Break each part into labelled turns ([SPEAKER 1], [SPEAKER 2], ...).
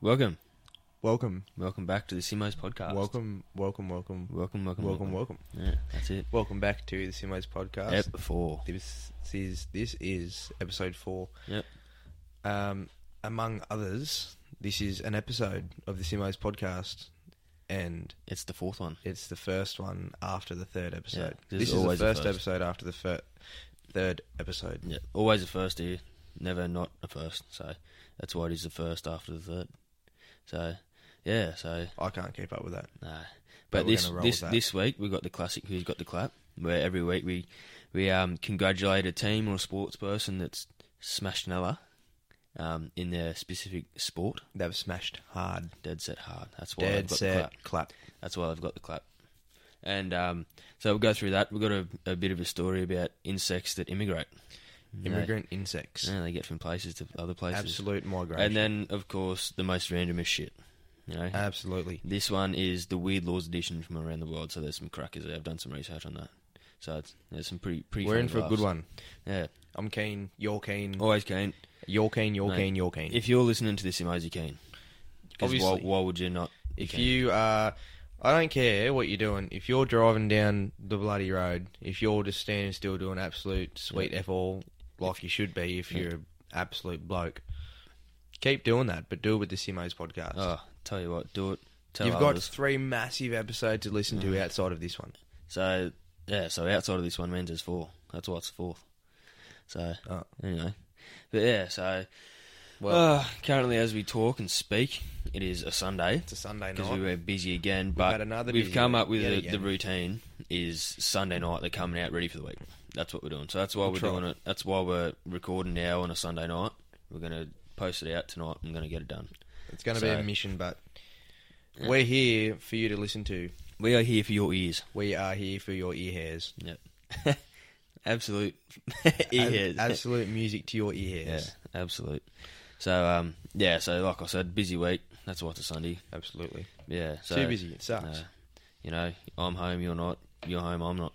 [SPEAKER 1] Welcome,
[SPEAKER 2] Welcome,
[SPEAKER 1] welcome back to the Simos podcast.
[SPEAKER 2] welcome, welcome, welcome,
[SPEAKER 1] welcome, welcome,
[SPEAKER 2] welcome, welcome,
[SPEAKER 1] Yeah, that's it.
[SPEAKER 2] welcome back to the Simos podcast.
[SPEAKER 1] Ep four.
[SPEAKER 2] This is this is episode four.
[SPEAKER 1] Yep.
[SPEAKER 2] Um, among others, this is an episode of the Simos podcast, and
[SPEAKER 1] It's the fourth one.
[SPEAKER 2] it's the first one after the third episode.
[SPEAKER 1] this
[SPEAKER 2] this
[SPEAKER 1] is
[SPEAKER 2] is the
[SPEAKER 1] always the
[SPEAKER 2] first,
[SPEAKER 1] first.
[SPEAKER 2] episode after the fir- third episode.
[SPEAKER 1] Yeah, always a first here, never not a first. So that's why it is the first after the third. So yeah, so
[SPEAKER 2] I can't keep up with that.
[SPEAKER 1] Nah.
[SPEAKER 2] But
[SPEAKER 1] But,
[SPEAKER 2] we're
[SPEAKER 1] this
[SPEAKER 2] gonna roll
[SPEAKER 1] this
[SPEAKER 2] with that.
[SPEAKER 1] this week we got the classic who's got the clap where every week we we um congratulate a team or a sports person that's smashed another um in their specific sport.
[SPEAKER 2] They've smashed hard.
[SPEAKER 1] Dead set hard. That's why I've
[SPEAKER 2] Dead
[SPEAKER 1] got
[SPEAKER 2] set
[SPEAKER 1] the clap.
[SPEAKER 2] clap.
[SPEAKER 1] That's why I've got the clap. And um so we'll go through that. We've got a, a bit of a story about insects that immigrate. You know,
[SPEAKER 2] Immigrant insects.
[SPEAKER 1] you know, they get from places to other places.
[SPEAKER 2] Absolute migration.
[SPEAKER 1] And then of course the most randomest shit. You know?
[SPEAKER 2] Uh, Absolutely.
[SPEAKER 1] This one is the Weird Laws edition from around the world, so there's some crackers there. I've done some research on that. So it's, there's some pretty pretty.
[SPEAKER 2] We're
[SPEAKER 1] funny
[SPEAKER 2] in for a
[SPEAKER 1] laughs.
[SPEAKER 2] good one.
[SPEAKER 1] Yeah,
[SPEAKER 2] I'm keen. You're keen.
[SPEAKER 1] always keen.
[SPEAKER 2] You're keen. You're
[SPEAKER 1] Mate,
[SPEAKER 2] keen. You're keen. If,
[SPEAKER 1] If you're listening to this, emoji keen. 'Cause
[SPEAKER 2] Obviously.
[SPEAKER 1] why, why would you not? be keen?
[SPEAKER 2] you are, I don't care what you're doing. If you're driving down the bloody road, if you're just standing still doing absolute sweet f all like you should be, if
[SPEAKER 1] Yeah.
[SPEAKER 2] you're an absolute bloke, keep doing that. But do it with the Simos podcast.
[SPEAKER 1] oh, tell you what, do it. Tell
[SPEAKER 2] You've got
[SPEAKER 1] others.
[SPEAKER 2] three massive episodes to listen to outside of this one.
[SPEAKER 1] So yeah, so outside of this one, means there's four. That's why it's the fourth. So
[SPEAKER 2] Oh.
[SPEAKER 1] anyway, but yeah, so
[SPEAKER 2] Well-
[SPEAKER 1] uh, currently as we talk and speak, it is a Sunday.
[SPEAKER 2] It's a Sunday
[SPEAKER 1] because
[SPEAKER 2] night.
[SPEAKER 1] we were busy again. But
[SPEAKER 2] had another
[SPEAKER 1] we've
[SPEAKER 2] busy
[SPEAKER 1] come
[SPEAKER 2] week
[SPEAKER 1] up with
[SPEAKER 2] yet
[SPEAKER 1] the,
[SPEAKER 2] again.
[SPEAKER 1] the routine is Sunday night. They're coming out ready for the week. That's what we're doing. So that's why we're
[SPEAKER 2] Try.
[SPEAKER 1] doing it. That's why we're recording now on a Sunday night. We're gonna post it out tonight. I'm gonna get it done.
[SPEAKER 2] it's going to be
[SPEAKER 1] so-
[SPEAKER 2] a mission, but we're here for you to listen to.
[SPEAKER 1] We are here for your ears.
[SPEAKER 2] We are here for your ear hairs.
[SPEAKER 1] Yep. absolute ears.
[SPEAKER 2] Ab- absolute music to your ear
[SPEAKER 1] yeah,
[SPEAKER 2] hairs.
[SPEAKER 1] absolute. So um, yeah. So like I said, busy week. That's why it's a Sunday.
[SPEAKER 2] Absolutely.
[SPEAKER 1] Yeah. So,
[SPEAKER 2] Too busy. It
[SPEAKER 1] uh,
[SPEAKER 2] sucks.
[SPEAKER 1] you know, I'm home. You're not. You're home. I'm not.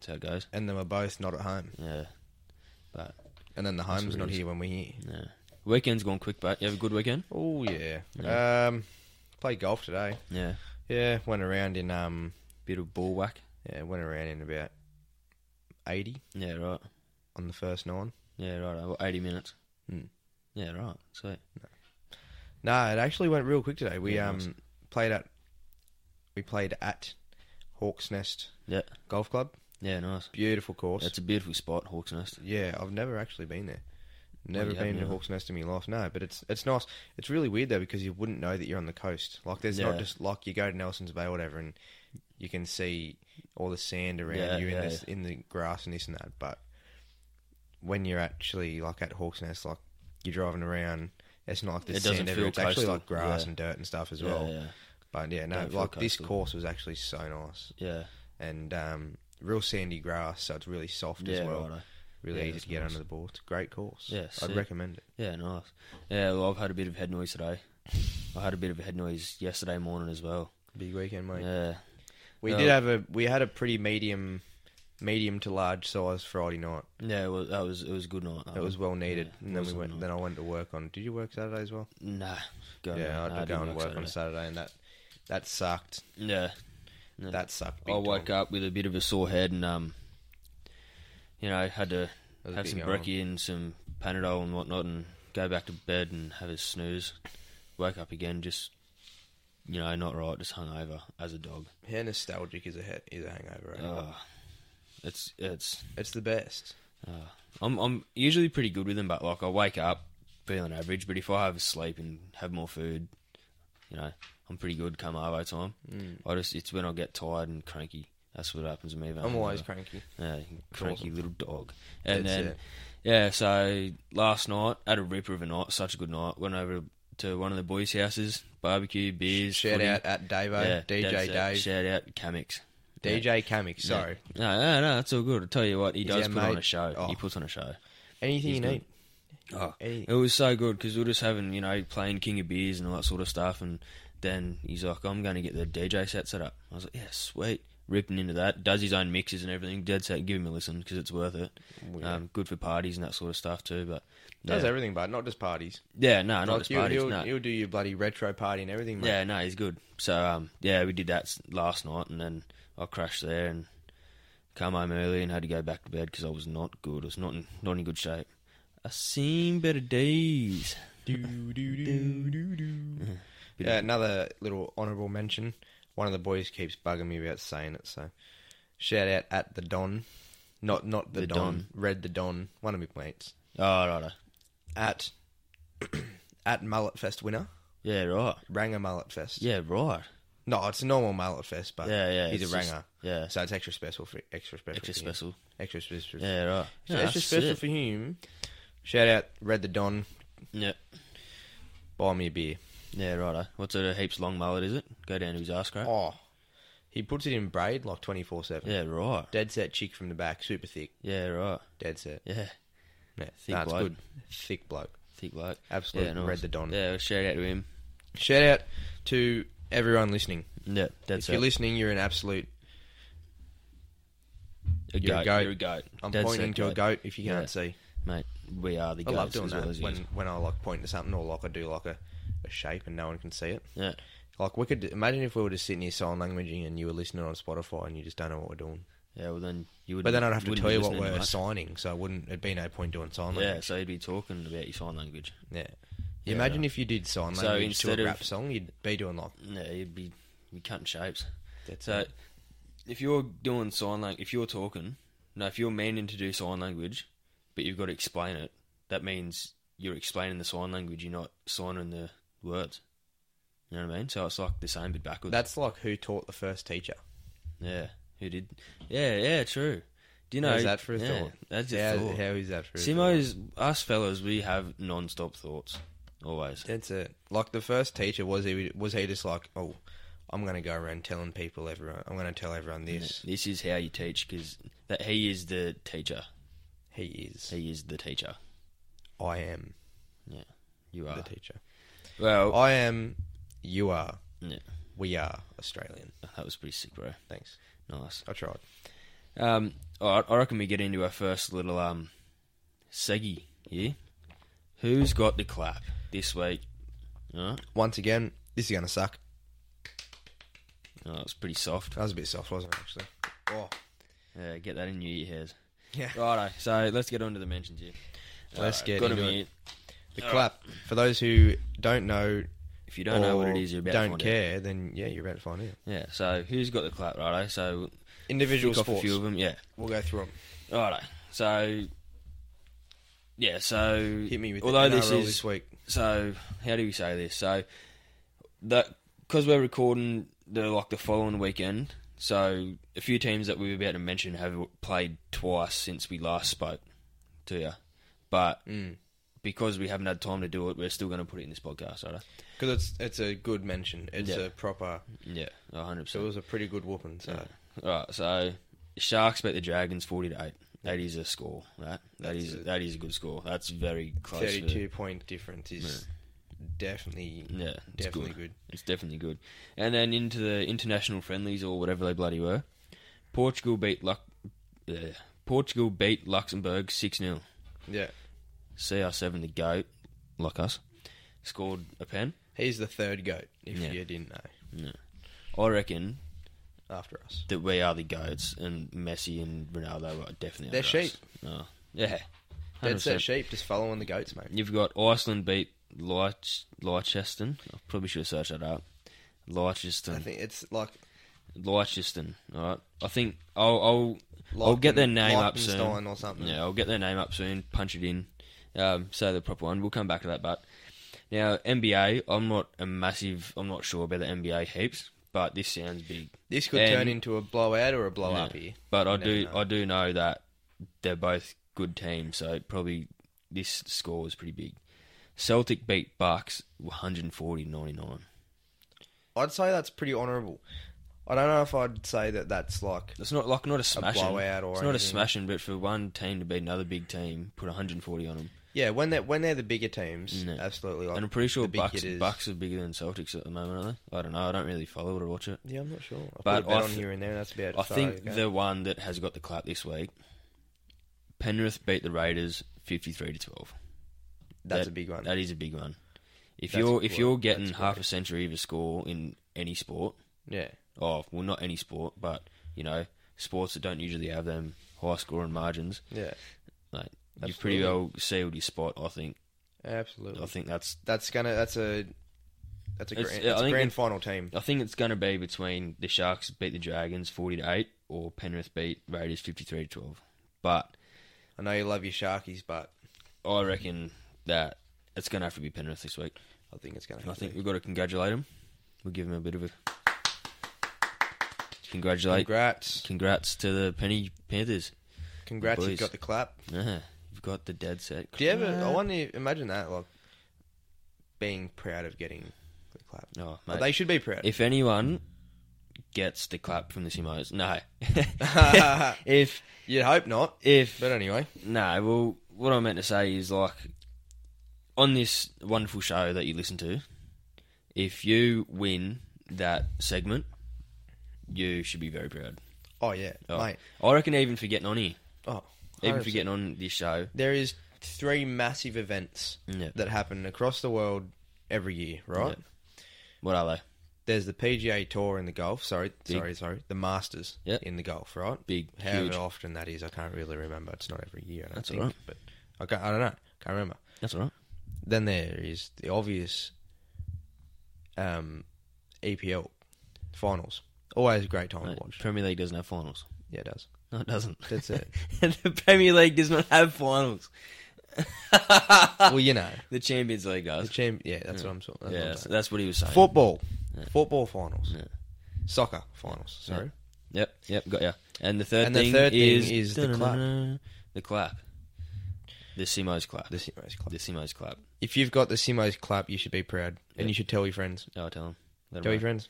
[SPEAKER 1] That's how it goes.
[SPEAKER 2] And then we're both not at home.
[SPEAKER 1] Yeah. But
[SPEAKER 2] And then the
[SPEAKER 1] That's
[SPEAKER 2] home's
[SPEAKER 1] what
[SPEAKER 2] not
[SPEAKER 1] it is.
[SPEAKER 2] here when we're here.
[SPEAKER 1] Yeah. Weekend's gone quick, but you have a good weekend?
[SPEAKER 2] Oh yeah. Um, played golf today.
[SPEAKER 1] Yeah.
[SPEAKER 2] Yeah, went around in um,
[SPEAKER 1] Bit of ball whack.
[SPEAKER 2] yeah, went around in about eighty
[SPEAKER 1] Yeah, right.
[SPEAKER 2] on the first nine.
[SPEAKER 1] Yeah, right. What, 80 minutes?
[SPEAKER 2] Hmm.
[SPEAKER 1] Yeah, right. Sweet.
[SPEAKER 2] No, it actually went real quick today. We
[SPEAKER 1] Yeah,
[SPEAKER 2] um
[SPEAKER 1] nice.
[SPEAKER 2] played at we played at Hawks Nest
[SPEAKER 1] Yeah.
[SPEAKER 2] Golf Club.
[SPEAKER 1] Yeah, nice.
[SPEAKER 2] Beautiful course.
[SPEAKER 1] That's a beautiful spot, Hawks Nest.
[SPEAKER 2] Yeah, I've never actually been there.
[SPEAKER 1] you
[SPEAKER 2] Never been
[SPEAKER 1] haven't,
[SPEAKER 2] to
[SPEAKER 1] yeah.
[SPEAKER 2] Hawks Nest in my life, no. But it's it's nice. It's really weird though because you wouldn't know that you're on the coast. Like there's
[SPEAKER 1] Yeah.
[SPEAKER 2] not just like you go to Nelson's Bay or whatever, and you can see all the sand around
[SPEAKER 1] Yeah,
[SPEAKER 2] you in
[SPEAKER 1] yeah,
[SPEAKER 2] this in the grass and this and that. But when you're actually like at Hawks Nest, like you're driving around, it's not like
[SPEAKER 1] It
[SPEAKER 2] there's
[SPEAKER 1] doesn't
[SPEAKER 2] sand everywhere.
[SPEAKER 1] feel
[SPEAKER 2] It's actually
[SPEAKER 1] coastal,
[SPEAKER 2] like grass
[SPEAKER 1] yeah.
[SPEAKER 2] and dirt and stuff as
[SPEAKER 1] Yeah,
[SPEAKER 2] well.
[SPEAKER 1] Yeah,
[SPEAKER 2] But yeah, no,
[SPEAKER 1] Don't feel
[SPEAKER 2] like this
[SPEAKER 1] coastal.
[SPEAKER 2] course was actually so nice
[SPEAKER 1] yeah.
[SPEAKER 2] and um, real sandy grass, so it's really soft
[SPEAKER 1] Yeah,
[SPEAKER 2] as well.
[SPEAKER 1] righto.
[SPEAKER 2] Really
[SPEAKER 1] Yeah,
[SPEAKER 2] easy
[SPEAKER 1] that's
[SPEAKER 2] to get
[SPEAKER 1] nice.
[SPEAKER 2] under the ball. It's a great course.
[SPEAKER 1] Yeah,
[SPEAKER 2] I'd
[SPEAKER 1] sick.
[SPEAKER 2] recommend it.
[SPEAKER 1] Yeah, nice. Yeah, well, I've had a bit of head noise today. I had a bit of head noise yesterday morning as well.
[SPEAKER 2] Big weekend, mate.
[SPEAKER 1] Yeah.
[SPEAKER 2] We
[SPEAKER 1] No.
[SPEAKER 2] did have a we had a pretty medium, medium to large size Friday night.
[SPEAKER 1] Yeah, well, that was it was a good night.
[SPEAKER 2] It was well needed.
[SPEAKER 1] Uh-huh. yeah,
[SPEAKER 2] and then we
[SPEAKER 1] awesome
[SPEAKER 2] went.
[SPEAKER 1] night.
[SPEAKER 2] Then I went to work on. Did you work Saturday as well?
[SPEAKER 1] Nah. Go
[SPEAKER 2] yeah,
[SPEAKER 1] no,
[SPEAKER 2] I
[SPEAKER 1] no,
[SPEAKER 2] had to
[SPEAKER 1] didn't
[SPEAKER 2] go and work on
[SPEAKER 1] Saturday.
[SPEAKER 2] Saturday, and that that sucked.
[SPEAKER 1] Yeah. No.
[SPEAKER 2] That sucked.
[SPEAKER 1] I woke up with a bit of a sore head and um, you know, had to
[SPEAKER 2] was a
[SPEAKER 1] have
[SPEAKER 2] big
[SPEAKER 1] some
[SPEAKER 2] going on.
[SPEAKER 1] brekkie and some Panadol and whatnot, and go back to bed and have a snooze. Woke up again, just you know, not right, just hungover as a dog.
[SPEAKER 2] How nostalgic is a he- is a hangover? eh?
[SPEAKER 1] Ugh. it's it's.
[SPEAKER 2] It's the best.
[SPEAKER 1] Uh, I'm I'm usually pretty good with them, but like I wake up feeling average. But if I have a sleep and have more food, you know, I'm pretty good come arvo time. I just it's when I get tired and cranky. That's what happens to me.
[SPEAKER 2] I'm always cranky.
[SPEAKER 1] Yeah, cranky little dog. And
[SPEAKER 2] That's
[SPEAKER 1] then,
[SPEAKER 2] it.
[SPEAKER 1] yeah, so last night, had a ripper of a night, such a good night. Went over to one of the boys' houses, barbecue, beers.
[SPEAKER 2] Shout
[SPEAKER 1] footy.
[SPEAKER 2] out at
[SPEAKER 1] Yeah,
[SPEAKER 2] Davo, DJ
[SPEAKER 1] that's it.
[SPEAKER 2] Dave,
[SPEAKER 1] Shout out Kamix.
[SPEAKER 2] DJ Kamik. Sorry,
[SPEAKER 1] No, no, no, it's all good. I'll tell you what, he
[SPEAKER 2] He's
[SPEAKER 1] does
[SPEAKER 2] our
[SPEAKER 1] put on
[SPEAKER 2] mate.
[SPEAKER 1] a show.
[SPEAKER 2] Oh.
[SPEAKER 1] He puts on a show.
[SPEAKER 2] anything
[SPEAKER 1] He's
[SPEAKER 2] you
[SPEAKER 1] good.
[SPEAKER 2] need.
[SPEAKER 1] Oh,
[SPEAKER 2] Any-
[SPEAKER 1] it was so good because we were just having, you know, playing King of Beers and all that sort of stuff. And then he's like, I'm going to get the DJ set set up. I was like, yeah, sweet. ripping into that. Does his own mixes and everything. Dead set, give him a listen because it's worth it.
[SPEAKER 2] Yeah.
[SPEAKER 1] Um, good for parties and that sort of stuff too. But
[SPEAKER 2] Does
[SPEAKER 1] yeah,
[SPEAKER 2] everything, but not just parties.
[SPEAKER 1] yeah no, not
[SPEAKER 2] Like,
[SPEAKER 1] just
[SPEAKER 2] he'll,
[SPEAKER 1] parties.
[SPEAKER 2] He'll,
[SPEAKER 1] no.
[SPEAKER 2] he'll do your bloody retro party and everything, mate.
[SPEAKER 1] Yeah, no, he's good. So um, yeah, we did that s- last night, and then I crashed there and come home early and had to go back to bed because I was not good. I was not in, not in good shape. I seen better days.
[SPEAKER 2] Do, do, do, do, do.
[SPEAKER 1] Bit
[SPEAKER 2] Yeah,
[SPEAKER 1] of-
[SPEAKER 2] Uh, another little honourable mention. One of the boys keeps bugging me about saying it, so shout out at the Don, not not the,
[SPEAKER 1] The
[SPEAKER 2] Don.
[SPEAKER 1] Don.
[SPEAKER 2] Red the Don, one of my mates
[SPEAKER 1] Oh right,
[SPEAKER 2] at at Mullet Fest winner,
[SPEAKER 1] yeah, right,
[SPEAKER 2] Ranger Mullet Fest.
[SPEAKER 1] yeah, right,
[SPEAKER 2] No, it's a normal Mullet Fest, but
[SPEAKER 1] yeah, yeah.
[SPEAKER 2] Uh, he's a
[SPEAKER 1] it's just-
[SPEAKER 2] Ranger,
[SPEAKER 1] yeah,
[SPEAKER 2] so it's extra special for extra special,
[SPEAKER 1] extra
[SPEAKER 2] for him.
[SPEAKER 1] special.
[SPEAKER 2] extra special.
[SPEAKER 1] Yeah, right.
[SPEAKER 2] So
[SPEAKER 1] Yeah,
[SPEAKER 2] extra
[SPEAKER 1] that's
[SPEAKER 2] special
[SPEAKER 1] it.
[SPEAKER 2] for him. Shout out Red the Don,
[SPEAKER 1] Yeah,
[SPEAKER 2] buy me a beer.
[SPEAKER 1] yeah, right. What's it? A heaps long mullet, is it? Go down to his ass crack.
[SPEAKER 2] Oh, he puts it in braid like twenty four seven.
[SPEAKER 1] Yeah, right.
[SPEAKER 2] Dead set chick from the back, super thick.
[SPEAKER 1] Yeah, right.
[SPEAKER 2] Dead set.
[SPEAKER 1] Yeah,
[SPEAKER 2] Yeah,
[SPEAKER 1] Thick
[SPEAKER 2] nah, it's
[SPEAKER 1] bloke.
[SPEAKER 2] good. Thick bloke.
[SPEAKER 1] thick bloke.
[SPEAKER 2] Absolute
[SPEAKER 1] Yeah, nice.
[SPEAKER 2] Red the Don.
[SPEAKER 1] Yeah, shout out to him.
[SPEAKER 2] Shout out to everyone listening.
[SPEAKER 1] Yeah, that's
[SPEAKER 2] if you're
[SPEAKER 1] it.
[SPEAKER 2] listening, you're an absolute.
[SPEAKER 1] A
[SPEAKER 2] You're
[SPEAKER 1] goat.
[SPEAKER 2] a goat.
[SPEAKER 1] You're a goat.
[SPEAKER 2] I'm
[SPEAKER 1] Dead
[SPEAKER 2] pointing
[SPEAKER 1] set
[SPEAKER 2] to a goat if you can't
[SPEAKER 1] Yeah.
[SPEAKER 2] see.
[SPEAKER 1] Mate, we are the
[SPEAKER 2] I
[SPEAKER 1] goats
[SPEAKER 2] love doing
[SPEAKER 1] as well
[SPEAKER 2] that
[SPEAKER 1] as you.
[SPEAKER 2] when, when I like point to something or like I do like a, a shape and no one can see it.
[SPEAKER 1] Yeah.
[SPEAKER 2] Like we could imagine if we were just sitting here sign languaging and you were listening on Spotify and you just don't know what we're doing.
[SPEAKER 1] Yeah, well then you would
[SPEAKER 2] But then I'd have to
[SPEAKER 1] wouldn't
[SPEAKER 2] tell
[SPEAKER 1] be
[SPEAKER 2] you what
[SPEAKER 1] listening
[SPEAKER 2] we're
[SPEAKER 1] much.
[SPEAKER 2] signing, so it wouldn't it'd be no point doing sign
[SPEAKER 1] Yeah,
[SPEAKER 2] language.
[SPEAKER 1] so you'd be talking about your sign language.
[SPEAKER 2] Yeah.
[SPEAKER 1] Yeah,
[SPEAKER 2] imagine if you did sign
[SPEAKER 1] So
[SPEAKER 2] language
[SPEAKER 1] instead
[SPEAKER 2] to a
[SPEAKER 1] of-
[SPEAKER 2] rap song, you'd be doing like
[SPEAKER 1] Yeah, you'd be you cutting shapes.
[SPEAKER 2] that's
[SPEAKER 1] So if you're doing sign language if you're talking no, if you're meaning to do sign language, but you've got to explain it, that means you're explaining the sign language, you're not signing the words. You know what I mean? So it's like the same but backwards.
[SPEAKER 2] That's like who taught the first teacher.
[SPEAKER 1] yeah. Who did Yeah, yeah, true. Do you know
[SPEAKER 2] How's that for a
[SPEAKER 1] yeah,
[SPEAKER 2] thought?
[SPEAKER 1] That's a
[SPEAKER 2] How-
[SPEAKER 1] thought.
[SPEAKER 2] how is that for a thought?
[SPEAKER 1] Simo's us fellas, we have non-stop thoughts always.
[SPEAKER 2] That's it. Like the first teacher was he was he just like, oh, I'm gonna go around telling people everyone. I'm gonna tell everyone this.
[SPEAKER 1] This is how you teach because that he is the teacher.
[SPEAKER 2] He is.
[SPEAKER 1] He is the teacher.
[SPEAKER 2] I am
[SPEAKER 1] You are.
[SPEAKER 2] the teacher.
[SPEAKER 1] well,
[SPEAKER 2] I am. You are.
[SPEAKER 1] Yeah.
[SPEAKER 2] We are Australian.
[SPEAKER 1] that was pretty sick, bro.
[SPEAKER 2] Thanks.
[SPEAKER 1] Nice.
[SPEAKER 2] I tried.
[SPEAKER 1] Um, all right, I reckon we get into our first little um, seggy here. Who's got the clap this week? All right.
[SPEAKER 2] Once again, this is gonna suck.
[SPEAKER 1] Oh, it's pretty soft.
[SPEAKER 2] That was a bit soft, wasn't it? Actually. Oh,
[SPEAKER 1] Yeah, get that in your ear hairs.
[SPEAKER 2] yeah.
[SPEAKER 1] Righto. So let's get on to the mentions here.
[SPEAKER 2] Let's
[SPEAKER 1] Alright,
[SPEAKER 2] get
[SPEAKER 1] got
[SPEAKER 2] into
[SPEAKER 1] 'em
[SPEAKER 2] it.
[SPEAKER 1] here.
[SPEAKER 2] The
[SPEAKER 1] All
[SPEAKER 2] clap. For those who don't know,
[SPEAKER 1] If you don't know what
[SPEAKER 2] or
[SPEAKER 1] it is, you're about to
[SPEAKER 2] don't
[SPEAKER 1] find out.
[SPEAKER 2] care. Then yeah, you're about to find out.
[SPEAKER 1] Yeah. So who's got the clap, righto? So
[SPEAKER 2] Individual
[SPEAKER 1] pick off a
[SPEAKER 2] sports.
[SPEAKER 1] few of them. Yeah.
[SPEAKER 2] We'll go through them.
[SPEAKER 1] Righto. So yeah. So
[SPEAKER 2] Hit me with
[SPEAKER 1] although
[SPEAKER 2] the
[SPEAKER 1] this
[SPEAKER 2] NRL
[SPEAKER 1] is
[SPEAKER 2] this week.
[SPEAKER 1] so how do we say this? So that because we're recording the like the following weekend. So a few teams that we were about to mention have played twice since we last spoke to you, but
[SPEAKER 2] Mm.
[SPEAKER 1] because we haven't had time to do it, we're still going to put it in this podcast, right?
[SPEAKER 2] Because it's it's a good mention. It's
[SPEAKER 1] Yeah.
[SPEAKER 2] a proper.
[SPEAKER 1] Yeah, hundred
[SPEAKER 2] So it
[SPEAKER 1] percent.
[SPEAKER 2] was a pretty good whooping. So
[SPEAKER 1] All right, so Sharks beat the Dragons forty to eight. That is a score, right? That
[SPEAKER 2] That's
[SPEAKER 1] is
[SPEAKER 2] a-
[SPEAKER 1] that is a good score. That's very close. for-
[SPEAKER 2] thirty-two point difference is definitely
[SPEAKER 1] Yeah, it's
[SPEAKER 2] definitely
[SPEAKER 1] good.
[SPEAKER 2] good.
[SPEAKER 1] It's definitely good. And then into the international friendlies or whatever they bloody were, Portugal beat Luck. Uh, Portugal beat Luxembourg six 0
[SPEAKER 2] Yeah,
[SPEAKER 1] CR seven the goat, like us, scored a pen.
[SPEAKER 2] he's the third goat. If
[SPEAKER 1] Yeah.
[SPEAKER 2] you didn't know,
[SPEAKER 1] I reckon
[SPEAKER 2] after us,
[SPEAKER 1] that we are the goats, and Messi and Ronaldo are definitely.
[SPEAKER 2] They're
[SPEAKER 1] under us. No. yeah,
[SPEAKER 2] that's that
[SPEAKER 1] 100%.
[SPEAKER 2] sheep just following the goats, mate.
[SPEAKER 1] You've got Iceland beat Leich- Leicester. I probably should have searched that up. Leicester.
[SPEAKER 2] I think it's like
[SPEAKER 1] Leicester. All right. I think I'll I'll, I'll get their name up soon.
[SPEAKER 2] Liechtenstein or something.
[SPEAKER 1] Yeah, I'll get their name up soon. Punch it in. Um, say the proper one. We'll come back to that. But now NBA. I'm not a massive. I'm not sure about the NBA heaps, but this sounds big.
[SPEAKER 2] This could
[SPEAKER 1] And-
[SPEAKER 2] turn into a blowout or a blow up
[SPEAKER 1] Yeah.
[SPEAKER 2] here.
[SPEAKER 1] But I
[SPEAKER 2] You never
[SPEAKER 1] do
[SPEAKER 2] know.
[SPEAKER 1] I do know that they're both good teams, so probably this score was pretty big. Celtic beat Bucks 140 99.
[SPEAKER 2] I'd say that's pretty honourable. I don't know if I'd say that that's like
[SPEAKER 1] It's not like not a smashing.
[SPEAKER 2] blowout or
[SPEAKER 1] it's not a
[SPEAKER 2] anything.
[SPEAKER 1] smashing, but for one team to beat another big team, put 140 on them.
[SPEAKER 2] Yeah, when they're when they're the bigger teams,
[SPEAKER 1] Mm.
[SPEAKER 2] absolutely. Like,
[SPEAKER 1] and I'm pretty sure
[SPEAKER 2] the big
[SPEAKER 1] Bucks
[SPEAKER 2] hitters.
[SPEAKER 1] Bucks are bigger than Celtics at the moment, aren't they? I don't know. I don't really follow it or watch it.
[SPEAKER 2] Yeah, I'm not sure. I
[SPEAKER 1] But
[SPEAKER 2] put a bet
[SPEAKER 1] I
[SPEAKER 2] on
[SPEAKER 1] th-
[SPEAKER 2] here and there, and that's about.
[SPEAKER 1] I
[SPEAKER 2] as far
[SPEAKER 1] think
[SPEAKER 2] as it goes.
[SPEAKER 1] the one that has got the clap this week, Penrith beat the Raiders fifty-three to twelve.
[SPEAKER 2] that's
[SPEAKER 1] that-
[SPEAKER 2] a big one.
[SPEAKER 1] That is a big one. If
[SPEAKER 2] That's
[SPEAKER 1] you're if
[SPEAKER 2] quite-
[SPEAKER 1] you're getting
[SPEAKER 2] that's
[SPEAKER 1] half
[SPEAKER 2] quite-
[SPEAKER 1] a century of a score in any sport,
[SPEAKER 2] yeah,
[SPEAKER 1] oh well, not any sport, but you know sports that don't usually have them high scoring margins,
[SPEAKER 2] yeah,
[SPEAKER 1] like you've pretty
[SPEAKER 2] Absolutely.
[SPEAKER 1] well sealed your spot. I think. I
[SPEAKER 2] absolutely.
[SPEAKER 1] think that's.
[SPEAKER 2] That's gonna. That's a. That's a
[SPEAKER 1] It's-
[SPEAKER 2] grand,
[SPEAKER 1] yeah, I
[SPEAKER 2] that's a
[SPEAKER 1] think
[SPEAKER 2] grand
[SPEAKER 1] it-
[SPEAKER 2] final team.
[SPEAKER 1] I think it's going to be between the Sharks beat the Dragons forty to eight, or Penrith beat Raiders fifty-three to twelve. But
[SPEAKER 2] I know you love your Sharkies, but
[SPEAKER 1] I reckon that it's going to have to be Penrith this week.
[SPEAKER 2] I think it's gonna.
[SPEAKER 1] And I
[SPEAKER 2] have to
[SPEAKER 1] think
[SPEAKER 2] be.
[SPEAKER 1] we've got to congratulate them. We'll give them a bit of a congratulate.
[SPEAKER 2] Congrats,
[SPEAKER 1] Congrats to the Penny Panthers.
[SPEAKER 2] congrats!
[SPEAKER 1] boys.
[SPEAKER 2] You've got the clap.
[SPEAKER 1] Yeah, you've got the dead set.
[SPEAKER 2] Do you ever? I wonder. if- Imagine that, like being proud of getting the clap.
[SPEAKER 1] Oh,
[SPEAKER 2] Like,
[SPEAKER 1] mate.
[SPEAKER 2] they should be proud.
[SPEAKER 1] if anyone gets the clap from the Simos, no. if
[SPEAKER 2] You'd hope not,
[SPEAKER 1] if
[SPEAKER 2] but anyway,
[SPEAKER 1] no, well, what I meant to say is like on this wonderful show that you listen to, if you win that segment, you should be very proud.
[SPEAKER 2] oh yeah,
[SPEAKER 1] Oh,
[SPEAKER 2] mate.
[SPEAKER 1] I reckon even for getting on here,
[SPEAKER 2] Oh,
[SPEAKER 1] even
[SPEAKER 2] 100%.
[SPEAKER 1] for getting on this show,
[SPEAKER 2] there is three massive events
[SPEAKER 1] Mm, yeah.
[SPEAKER 2] that happen across the world every year, right?
[SPEAKER 1] Yeah. What are they?
[SPEAKER 2] There's the PGA Tour in the golf. Sorry,
[SPEAKER 1] Big.
[SPEAKER 2] sorry, sorry. The Masters
[SPEAKER 1] Yep.
[SPEAKER 2] in the golf, right?
[SPEAKER 1] Big,
[SPEAKER 2] However
[SPEAKER 1] huge.
[SPEAKER 2] often that is, I can't really remember. It's not every year. I don't
[SPEAKER 1] That's
[SPEAKER 2] think,
[SPEAKER 1] alright.
[SPEAKER 2] But I, can't, I don't know. Can't remember.
[SPEAKER 1] That's all right.
[SPEAKER 2] Then there is the obvious um, EPL finals. Always a great time
[SPEAKER 1] Mate,
[SPEAKER 2] to watch.
[SPEAKER 1] Premier League doesn't have finals.
[SPEAKER 2] Yeah, it does.
[SPEAKER 1] No, it doesn't.
[SPEAKER 2] That's it.
[SPEAKER 1] the Premier League does not have finals.
[SPEAKER 2] well, you know,
[SPEAKER 1] The Champions League
[SPEAKER 2] the
[SPEAKER 1] does.
[SPEAKER 2] champ. Yeah, that's what I'm talking. That's
[SPEAKER 1] Yeah,
[SPEAKER 2] what I'm
[SPEAKER 1] that's,
[SPEAKER 2] saying.
[SPEAKER 1] that's what he was saying.
[SPEAKER 2] Football, football finals,
[SPEAKER 1] Yeah.
[SPEAKER 2] soccer finals. Sorry.
[SPEAKER 1] Yep, yep, got ya. And the third
[SPEAKER 2] And the
[SPEAKER 1] thing
[SPEAKER 2] third thing
[SPEAKER 1] is,
[SPEAKER 2] is the clap.
[SPEAKER 1] The clap. The Simo's clap.
[SPEAKER 2] The Simo's clap.
[SPEAKER 1] The Simo's clap.
[SPEAKER 2] If you've got the Simo's clap, you should be proud,
[SPEAKER 1] Yeah.
[SPEAKER 2] and you should tell your friends.
[SPEAKER 1] Oh, tell him. Let
[SPEAKER 2] Tell
[SPEAKER 1] him
[SPEAKER 2] your
[SPEAKER 1] know.
[SPEAKER 2] friends.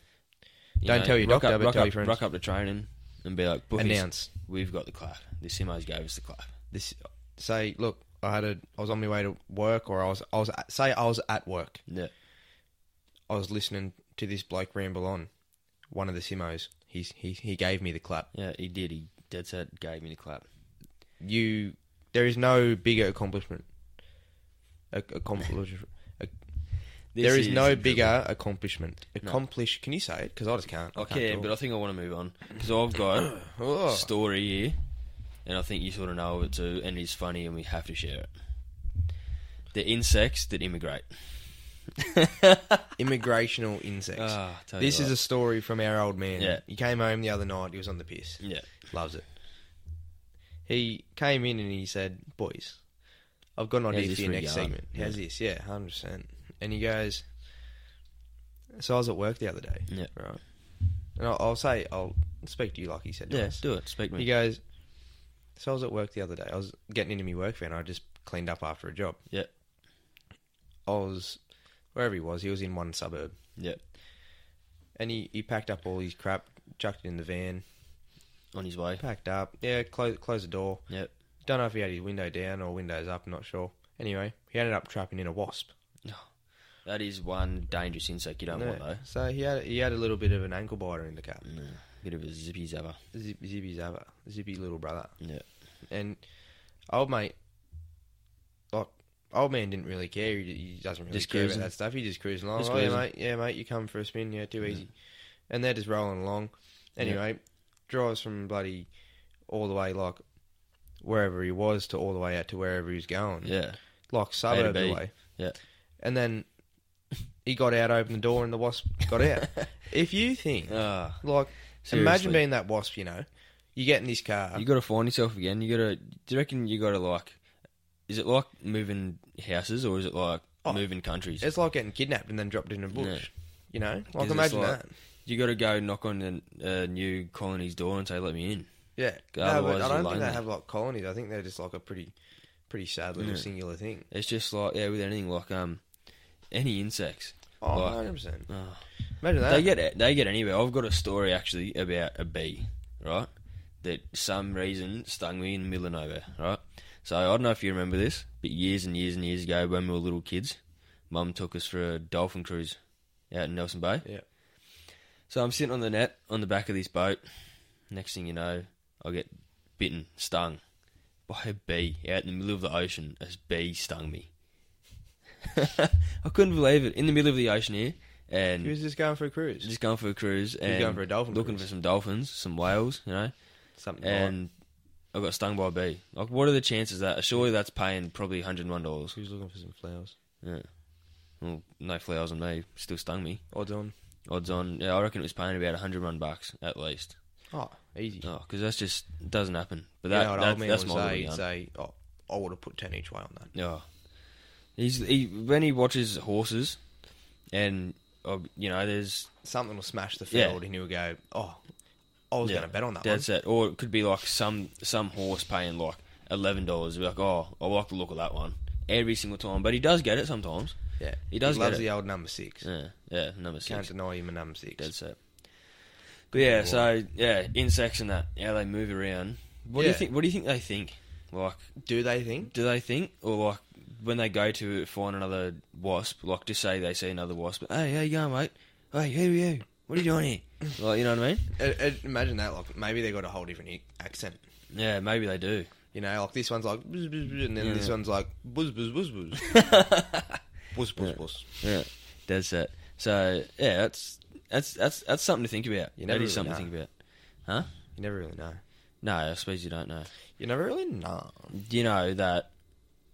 [SPEAKER 1] You
[SPEAKER 2] don't tell your
[SPEAKER 1] rock
[SPEAKER 2] doctor,
[SPEAKER 1] up,
[SPEAKER 2] but
[SPEAKER 1] rock
[SPEAKER 2] tell
[SPEAKER 1] up,
[SPEAKER 2] your friends.
[SPEAKER 1] Rock up to training and be like, "Bookies,
[SPEAKER 2] Announce
[SPEAKER 1] we've got the clap. The Simo's gave us the clap.
[SPEAKER 2] this. Say, look, I had a. I was on my way to work, or I was. I was. At, say, I was at work.
[SPEAKER 1] Yeah.
[SPEAKER 2] I was listening to this bloke ramble on. One of the Simos. He's he he gave me the clap.
[SPEAKER 1] Yeah, he did. He dead set gave me the clap.
[SPEAKER 2] You. There is no bigger accomplishment. A, accomplishment. there is, no bigger accomplishment. Accomplish. Can you say it? Because I just can't. I
[SPEAKER 1] Okay,
[SPEAKER 2] can't
[SPEAKER 1] but I think I want to move on because I've got a story here, and I think you sort of know it too, and it's funny, and we have to share it. The insects that immigrate.
[SPEAKER 2] immigrational insects.
[SPEAKER 1] Ah, tell you
[SPEAKER 2] this is
[SPEAKER 1] what.
[SPEAKER 2] a story from our old man.
[SPEAKER 1] Yeah.
[SPEAKER 2] He came home the other night. He was on the piss.
[SPEAKER 1] yeah.
[SPEAKER 2] Loves it. He came in and he said, "Boys, I've got an
[SPEAKER 1] How's
[SPEAKER 2] idea
[SPEAKER 1] this
[SPEAKER 2] for your
[SPEAKER 1] for a
[SPEAKER 2] next
[SPEAKER 1] yarn?"
[SPEAKER 2] segment. How's this? Yeah, hundred percent." And he goes, "So I was at work the other day,
[SPEAKER 1] Yeah.
[SPEAKER 2] right? And I'll, I'll say, I'll speak to you like he said to
[SPEAKER 1] Yeah,
[SPEAKER 2] us.
[SPEAKER 1] do it. Speak to
[SPEAKER 2] He
[SPEAKER 1] me.
[SPEAKER 2] goes, So I was at work the other day. I was getting into my work van. I just cleaned up after a job.
[SPEAKER 1] Yeah.
[SPEAKER 2] I was, wherever he was, he was in one suburb.
[SPEAKER 1] Yeah,
[SPEAKER 2] And he, he packed up all his crap, chucked it in the van,
[SPEAKER 1] on his way.
[SPEAKER 2] packed up. Yeah, close, closed the door.
[SPEAKER 1] Yep.
[SPEAKER 2] Don't know if he had his window down or windows up, I'm not sure. Anyway, he ended up trapping in a wasp.
[SPEAKER 1] That is one dangerous insect you don't want
[SPEAKER 2] Yeah.
[SPEAKER 1] though. Mm.
[SPEAKER 2] So he had he had a little bit of an ankle biter in the car.
[SPEAKER 1] Bit of a zippy zapper.
[SPEAKER 2] Zip, zippy zabba. Zippy little brother.
[SPEAKER 1] Yeah.
[SPEAKER 2] And old mate, like, old man didn't really care. He, he doesn't really
[SPEAKER 1] Just
[SPEAKER 2] care
[SPEAKER 1] cruising.
[SPEAKER 2] about that stuff. He just cruising along.
[SPEAKER 1] Just
[SPEAKER 2] oh, yeah,
[SPEAKER 1] cruising.
[SPEAKER 2] mate. Yeah, mate, you come for a spin. Yeah, too easy. And they're just rolling along. Anyway, drives from bloody all the way, like, wherever he was to all the way out to wherever he was going.
[SPEAKER 1] Yeah.
[SPEAKER 2] Like, suburb
[SPEAKER 1] B.
[SPEAKER 2] away.
[SPEAKER 1] Yeah.
[SPEAKER 2] And then he got out, opened the door, and the wasp got out. if you think,
[SPEAKER 1] Ah.
[SPEAKER 2] like,
[SPEAKER 1] Seriously.
[SPEAKER 2] imagine being that wasp, you know. You get in this car.
[SPEAKER 1] You got to find yourself again. You got to. Do you reckon you got to like? Is it like moving houses or is it like
[SPEAKER 2] Oh.
[SPEAKER 1] moving countries?
[SPEAKER 2] It's like getting kidnapped and then dropped in a bush. You know,
[SPEAKER 1] Is
[SPEAKER 2] like
[SPEAKER 1] this
[SPEAKER 2] imagine
[SPEAKER 1] like-
[SPEAKER 2] that.
[SPEAKER 1] You got to go knock on a uh, new colony's door and say, "Let me in."
[SPEAKER 2] Yeah,
[SPEAKER 1] Go,
[SPEAKER 2] no,
[SPEAKER 1] otherwise
[SPEAKER 2] but
[SPEAKER 1] you're
[SPEAKER 2] I don't think they
[SPEAKER 1] lonely.
[SPEAKER 2] have like colonies. I think they're just like a pretty, pretty sad little
[SPEAKER 1] Yeah.
[SPEAKER 2] singular thing.
[SPEAKER 1] It's just like yeah, with anything like um, any insects.
[SPEAKER 2] Oh,
[SPEAKER 1] Like-
[SPEAKER 2] 100 percent.
[SPEAKER 1] Oh.
[SPEAKER 2] Imagine that.
[SPEAKER 1] They get they get anywhere. I've got a story actually about a bee, right? That some reason stung me in the middle of nowhere, right? So I don't know if you remember this, but years and years and years ago, when we were little kids, Mum took us for a dolphin cruise out in Nelson Bay.
[SPEAKER 2] Yeah.
[SPEAKER 1] So I'm sitting on the net on the back of this boat. Next thing you know, I get bitten, stung by a bee out in the middle of the ocean. A bee stung me. I couldn't believe it. In the middle of the ocean here, and
[SPEAKER 2] He was just going for a cruise.
[SPEAKER 1] just going for a cruise and
[SPEAKER 2] going for a dolphin
[SPEAKER 1] looking
[SPEAKER 2] cruise.
[SPEAKER 1] for some dolphins, some whales, you know.
[SPEAKER 2] Something like
[SPEAKER 1] And I got stung by a bee. Like, what are the chances of that surely that's paying probably hundred and one dollars?
[SPEAKER 2] Who's looking for some flowers?
[SPEAKER 1] Yeah. Well, no flowers on me. Still stung me.
[SPEAKER 2] Odds on.
[SPEAKER 1] Odds on, yeah, I reckon it was paying about hundred one bucks at least.
[SPEAKER 2] Oh, easy.
[SPEAKER 1] Oh, because that's just doesn't happen. But
[SPEAKER 2] you
[SPEAKER 1] that,
[SPEAKER 2] know what
[SPEAKER 1] that
[SPEAKER 2] old man
[SPEAKER 1] that's my
[SPEAKER 2] would say?
[SPEAKER 1] little yarn.
[SPEAKER 2] He'd say, oh, I would have put 10 each way on that.
[SPEAKER 1] Yeah. He's he when he watches horses, and uh, you know there's
[SPEAKER 2] Something will smash the
[SPEAKER 1] Yeah.
[SPEAKER 2] field and he'll go, oh, I was
[SPEAKER 1] yeah,
[SPEAKER 2] going to bet on that
[SPEAKER 1] That's it. Or it could be like some some horse paying like eleven dollars. Be like, oh, I like the look of that one every single time. But he does get it sometimes.
[SPEAKER 2] one. Yeah.
[SPEAKER 1] He does get
[SPEAKER 2] loves
[SPEAKER 1] it.
[SPEAKER 2] the old number six.
[SPEAKER 1] Yeah, yeah, number
[SPEAKER 2] Can't
[SPEAKER 1] six.
[SPEAKER 2] deny him a number six.
[SPEAKER 1] That's it. But yeah, so yeah, insects and that how they move around. What do you
[SPEAKER 2] Yeah.
[SPEAKER 1] think? What do you think they think? Like,
[SPEAKER 2] Do they think?
[SPEAKER 1] do they think or like when they go to find another wasp like just say they see another wasp hey how you going mate hey who are you what are you doing here like you know what i mean
[SPEAKER 2] I- I- Uh, imagine that. Like, maybe they got a whole different i- accent.
[SPEAKER 1] yeah maybe they do
[SPEAKER 2] You know, like this one's like, buzz, buzz, buzz, and then this
[SPEAKER 1] Yeah.
[SPEAKER 2] one's like, buzz, buzz, buzz, buzz. buzz, buzz, buzz.
[SPEAKER 1] yeah that's it so yeah that's that's that's that's something to think about
[SPEAKER 2] You
[SPEAKER 1] that
[SPEAKER 2] never
[SPEAKER 1] is
[SPEAKER 2] really
[SPEAKER 1] something to think about huh
[SPEAKER 2] You never really know.
[SPEAKER 1] no i suppose you don't know
[SPEAKER 2] You never really know.
[SPEAKER 1] you know that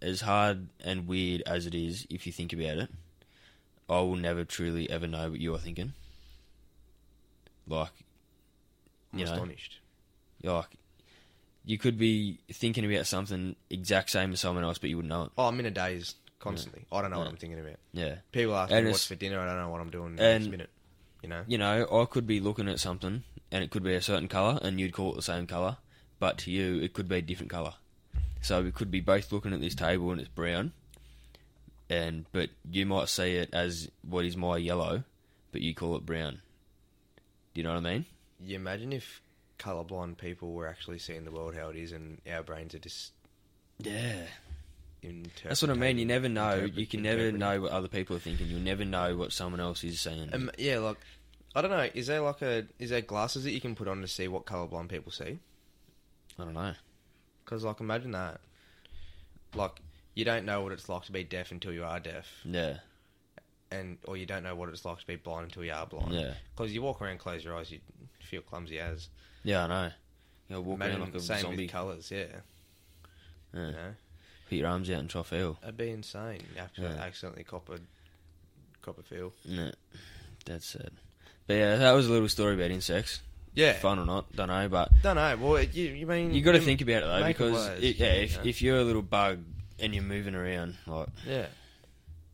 [SPEAKER 1] as hard and weird as it is if you think about it i will never truly ever know what you are thinking like
[SPEAKER 2] I'm
[SPEAKER 1] You know.
[SPEAKER 2] astonished.
[SPEAKER 1] like you could be thinking about something exact same as someone else, but you wouldn't know it.
[SPEAKER 2] Oh, I'm in a daze constantly. I don't know what
[SPEAKER 1] Yeah.
[SPEAKER 2] I'm thinking about.
[SPEAKER 1] Yeah,
[SPEAKER 2] People ask
[SPEAKER 1] And
[SPEAKER 2] me
[SPEAKER 1] it's-
[SPEAKER 2] what's for dinner. I don't know what I'm doing next
[SPEAKER 1] and-
[SPEAKER 2] minute. You know,
[SPEAKER 1] you know, I could be looking at something and it could be a certain color, and you'd call it the same color, but to you it could be a different color. So we could be both looking at this table and it's brown, and but you might see it as what is my yellow, but you call it brown. Do you know what I mean?
[SPEAKER 2] you imagine if colorblind people were actually seeing the world how it is, and our brains are just
[SPEAKER 1] Yeah,
[SPEAKER 2] interpreting.
[SPEAKER 1] that's what I mean. You never know.
[SPEAKER 2] interpret-
[SPEAKER 1] you can never
[SPEAKER 2] interpreting.
[SPEAKER 1] know what other people are thinking. You'll never know what someone else is saying.
[SPEAKER 2] Um, yeah, like I don't know. Is there like a is there glasses that you can put on to see what colorblind people see?
[SPEAKER 1] I don't know.
[SPEAKER 2] Because like imagine that, like you don't know what it's like to be deaf until you are deaf,
[SPEAKER 1] Yeah,
[SPEAKER 2] and or you don't know what it's like to be blind until you are blind.
[SPEAKER 1] yeah.
[SPEAKER 2] Because you walk around, close your eyes, you feel clumsy as.
[SPEAKER 1] Yeah, I know. You know, walk around
[SPEAKER 2] Imagine
[SPEAKER 1] like a
[SPEAKER 2] same
[SPEAKER 1] zombie.
[SPEAKER 2] with colours, yeah.
[SPEAKER 1] Yeah.
[SPEAKER 2] You know?
[SPEAKER 1] Put your arms out and try feel.
[SPEAKER 2] That'd be insane. After
[SPEAKER 1] Yeah.
[SPEAKER 2] accidentally cop a, cop a feel.
[SPEAKER 1] Yeah. That's it. But yeah, that was a little story about insects.
[SPEAKER 2] Yeah.
[SPEAKER 1] Fun or not, don't know. But
[SPEAKER 2] Don't know. Well, it- you, you mean
[SPEAKER 1] you got to think about it though,
[SPEAKER 2] make it
[SPEAKER 1] because
[SPEAKER 2] wise,
[SPEAKER 1] it, yeah, if,
[SPEAKER 2] yeah.
[SPEAKER 1] if you're a little bug and you're moving around, like
[SPEAKER 2] Yeah.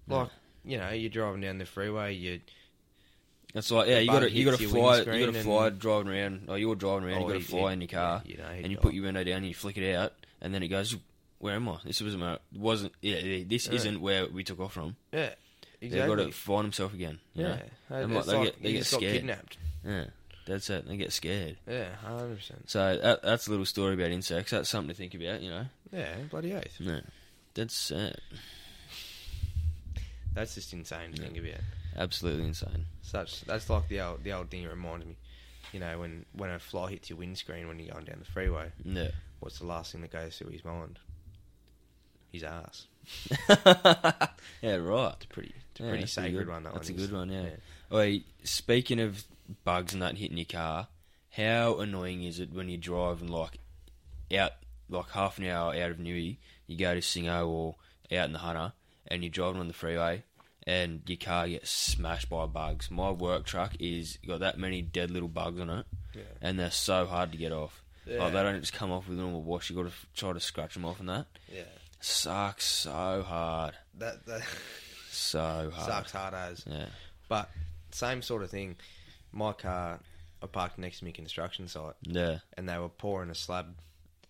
[SPEAKER 2] Like you know, you're driving down the freeway. You
[SPEAKER 1] it's like yeah,
[SPEAKER 2] The
[SPEAKER 1] you got to
[SPEAKER 2] bug
[SPEAKER 1] you got to
[SPEAKER 2] hits your
[SPEAKER 1] fly, you got to
[SPEAKER 2] windscreen
[SPEAKER 1] fly
[SPEAKER 2] and-
[SPEAKER 1] driving around. Oh, you're driving around,
[SPEAKER 2] oh,
[SPEAKER 1] you got to
[SPEAKER 2] he-
[SPEAKER 1] fly
[SPEAKER 2] he-
[SPEAKER 1] in your car,
[SPEAKER 2] You know,
[SPEAKER 1] and you put your window down, and you flick it out, and then it goes. Where am I? This wasn't. My, wasn't yeah, yeah, this
[SPEAKER 2] Yeah.
[SPEAKER 1] isn't where we took off from.
[SPEAKER 2] yeah,
[SPEAKER 1] They've got
[SPEAKER 2] exactly.
[SPEAKER 1] to find himself again. You
[SPEAKER 2] yeah,
[SPEAKER 1] know?
[SPEAKER 2] Uh,
[SPEAKER 1] And, like,
[SPEAKER 2] it's
[SPEAKER 1] they get- they
[SPEAKER 2] you
[SPEAKER 1] get
[SPEAKER 2] just got
[SPEAKER 1] scared.
[SPEAKER 2] kidnapped.
[SPEAKER 1] Yeah, that's it. They get scared.
[SPEAKER 2] Yeah, hundred percent.
[SPEAKER 1] So that, that's a little story about insects. That's something to think about, you know.
[SPEAKER 2] Yeah, bloody oath.
[SPEAKER 1] No, that's uh,
[SPEAKER 2] That's just insane to
[SPEAKER 1] Yeah.
[SPEAKER 2] think about.
[SPEAKER 1] absolutely insane.
[SPEAKER 2] Such that's like the old the old thing. It reminds me, you know, when when a fly hits your windscreen when you're going down the freeway.
[SPEAKER 1] Yeah,
[SPEAKER 2] What's the last thing that goes through his mind? His ass.
[SPEAKER 1] yeah, right.
[SPEAKER 2] It's pretty. It's a
[SPEAKER 1] Yeah, that's
[SPEAKER 2] pretty
[SPEAKER 1] pretty
[SPEAKER 2] sacred
[SPEAKER 1] good.
[SPEAKER 2] one. That
[SPEAKER 1] That's
[SPEAKER 2] one
[SPEAKER 1] a
[SPEAKER 2] is.
[SPEAKER 1] good one, yeah. Oi, speaking of bugs and that hitting your car, how annoying is it when you drive and like out like half an hour out of Newey, you go to Singo or out in the Hunter, and you're driving on the freeway, and your car gets smashed by bugs. My work truck is got that many dead little bugs on it,
[SPEAKER 2] Yeah.
[SPEAKER 1] and they're so hard to get off.
[SPEAKER 2] Yeah.
[SPEAKER 1] Like they don't just come off with a normal wash. You got to f- try to scratch them off and that
[SPEAKER 2] Yeah.
[SPEAKER 1] sucks so hard,
[SPEAKER 2] That that
[SPEAKER 1] so hard.
[SPEAKER 2] sucks hard as.
[SPEAKER 1] Yeah,
[SPEAKER 2] But same sort of thing. My car, I parked next to my construction site,
[SPEAKER 1] yeah,
[SPEAKER 2] and they were pouring a slab,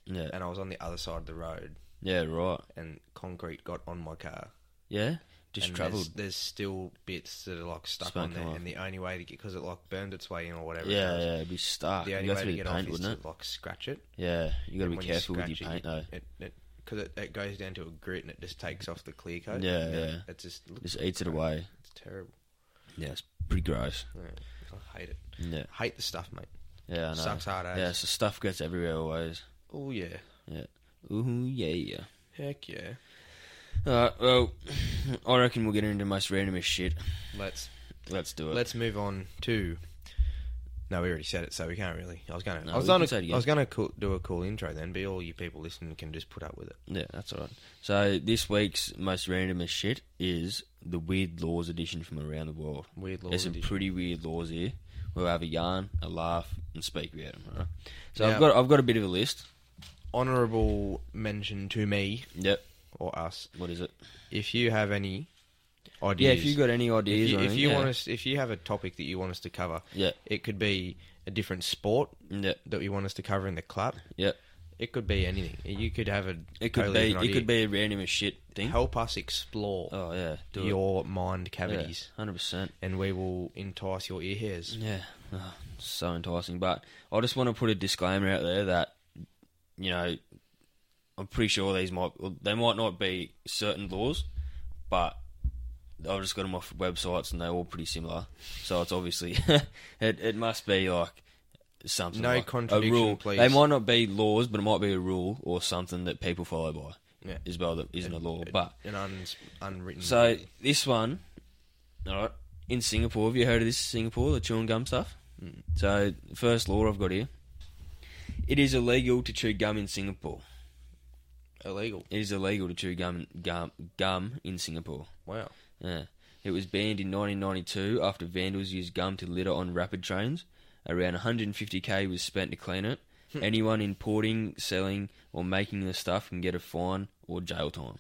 [SPEAKER 1] yeah,
[SPEAKER 2] and I was on the other side of the road,
[SPEAKER 1] yeah. Right.
[SPEAKER 2] and concrete got on my car.
[SPEAKER 1] Yeah, just
[SPEAKER 2] and there's-
[SPEAKER 1] travelled.
[SPEAKER 2] There's, still bits that are like stuck
[SPEAKER 1] Spunk
[SPEAKER 2] on there,
[SPEAKER 1] them off.
[SPEAKER 2] and the only way to get because it like burned its way in or whatever.
[SPEAKER 1] Yeah,
[SPEAKER 2] it does,
[SPEAKER 1] yeah, it'd be stuck.
[SPEAKER 2] The
[SPEAKER 1] You
[SPEAKER 2] only
[SPEAKER 1] go
[SPEAKER 2] way to
[SPEAKER 1] through
[SPEAKER 2] get
[SPEAKER 1] the
[SPEAKER 2] off
[SPEAKER 1] paint,
[SPEAKER 2] is
[SPEAKER 1] wouldn't it?
[SPEAKER 2] to like scratch it.
[SPEAKER 1] Yeah, you got to
[SPEAKER 2] And
[SPEAKER 1] be
[SPEAKER 2] when you
[SPEAKER 1] careful with
[SPEAKER 2] scratch
[SPEAKER 1] your
[SPEAKER 2] it,
[SPEAKER 1] paint though.
[SPEAKER 2] It, it because it, it goes down to a grit and it just takes off the clear coat.
[SPEAKER 1] Yeah,
[SPEAKER 2] And
[SPEAKER 1] yeah.
[SPEAKER 2] It just looks
[SPEAKER 1] Just eats it away.
[SPEAKER 2] It's terrible.
[SPEAKER 1] Yeah, it's pretty gross.
[SPEAKER 2] Yeah, I hate it.
[SPEAKER 1] Yeah,
[SPEAKER 2] Hate the stuff, mate.
[SPEAKER 1] yeah, I know.
[SPEAKER 2] Sucks hard ass.
[SPEAKER 1] yeah, so stuff gets everywhere always.
[SPEAKER 2] Oh yeah.
[SPEAKER 1] Ooh yeah, yeah.
[SPEAKER 2] Heck yeah.
[SPEAKER 1] Alright, well, I reckon we'll get into most randomest shit.
[SPEAKER 2] Let's
[SPEAKER 1] Let's do it.
[SPEAKER 2] let's move on to. No, we already said it, so we can't really. I was gonna.
[SPEAKER 1] No,
[SPEAKER 2] I was
[SPEAKER 1] we can
[SPEAKER 2] gonna.
[SPEAKER 1] say it again.
[SPEAKER 2] I was gonna cool, do a cool intro then, but all you people listening can just put up with it.
[SPEAKER 1] Yeah, that's alright. So this week's most randomest shit is the weird laws edition from around the world.
[SPEAKER 2] Weird
[SPEAKER 1] There's
[SPEAKER 2] laws.
[SPEAKER 1] some
[SPEAKER 2] and-
[SPEAKER 1] pretty weird laws here. We'll have a yarn, a laugh, and speak about them. Right? So
[SPEAKER 2] Yeah.
[SPEAKER 1] I've got I've got a bit of a list.
[SPEAKER 2] Honourable mention to me
[SPEAKER 1] Yep.
[SPEAKER 2] or us.
[SPEAKER 1] What is it?
[SPEAKER 2] If you have any ideas,
[SPEAKER 1] Yeah, if you got any ideas,
[SPEAKER 2] if you,
[SPEAKER 1] or
[SPEAKER 2] if
[SPEAKER 1] anything,
[SPEAKER 2] you
[SPEAKER 1] yeah.
[SPEAKER 2] want us, if you have a topic that you want us to cover,
[SPEAKER 1] yeah,
[SPEAKER 2] it could be a different sport
[SPEAKER 1] yeah,
[SPEAKER 2] that you want us to cover in the club.
[SPEAKER 1] yeah.
[SPEAKER 2] It could be anything. You could have a.
[SPEAKER 1] It could
[SPEAKER 2] totally
[SPEAKER 1] be
[SPEAKER 2] different
[SPEAKER 1] it could be a random as shit
[SPEAKER 2] idea.
[SPEAKER 1] thing.
[SPEAKER 2] Help us explore
[SPEAKER 1] Oh yeah, do
[SPEAKER 2] your mind
[SPEAKER 1] it.
[SPEAKER 2] cavities,
[SPEAKER 1] Hundred percent.
[SPEAKER 2] and we will entice your ear hairs.
[SPEAKER 1] Yeah, oh, so enticing. But I just want to put a disclaimer out there that you know I'm pretty sure these might well, they might not be certain laws, but I've just got them off websites and they're all pretty similar. So it's obviously it it must be like something
[SPEAKER 2] No
[SPEAKER 1] like
[SPEAKER 2] contradiction,
[SPEAKER 1] a rule.
[SPEAKER 2] please.
[SPEAKER 1] They might not be laws, but it might be a rule or something that people follow by.
[SPEAKER 2] Yeah.
[SPEAKER 1] as well that isn't a law, but
[SPEAKER 2] An un- unwritten.
[SPEAKER 1] so this one, all right, in Singapore. Have you heard of this Singapore, the chewing gum stuff? Mm. So the first law I've got here. It is illegal to chew gum in Singapore.
[SPEAKER 2] illegal.
[SPEAKER 1] It is illegal to chew gum gum gum in Singapore.
[SPEAKER 2] Wow.
[SPEAKER 1] Yeah. It was banned in 1992 after vandals used gum to litter on rapid trains. Around 150k was spent to clean it. Anyone importing, selling, or making the stuff can get a fine or jail time.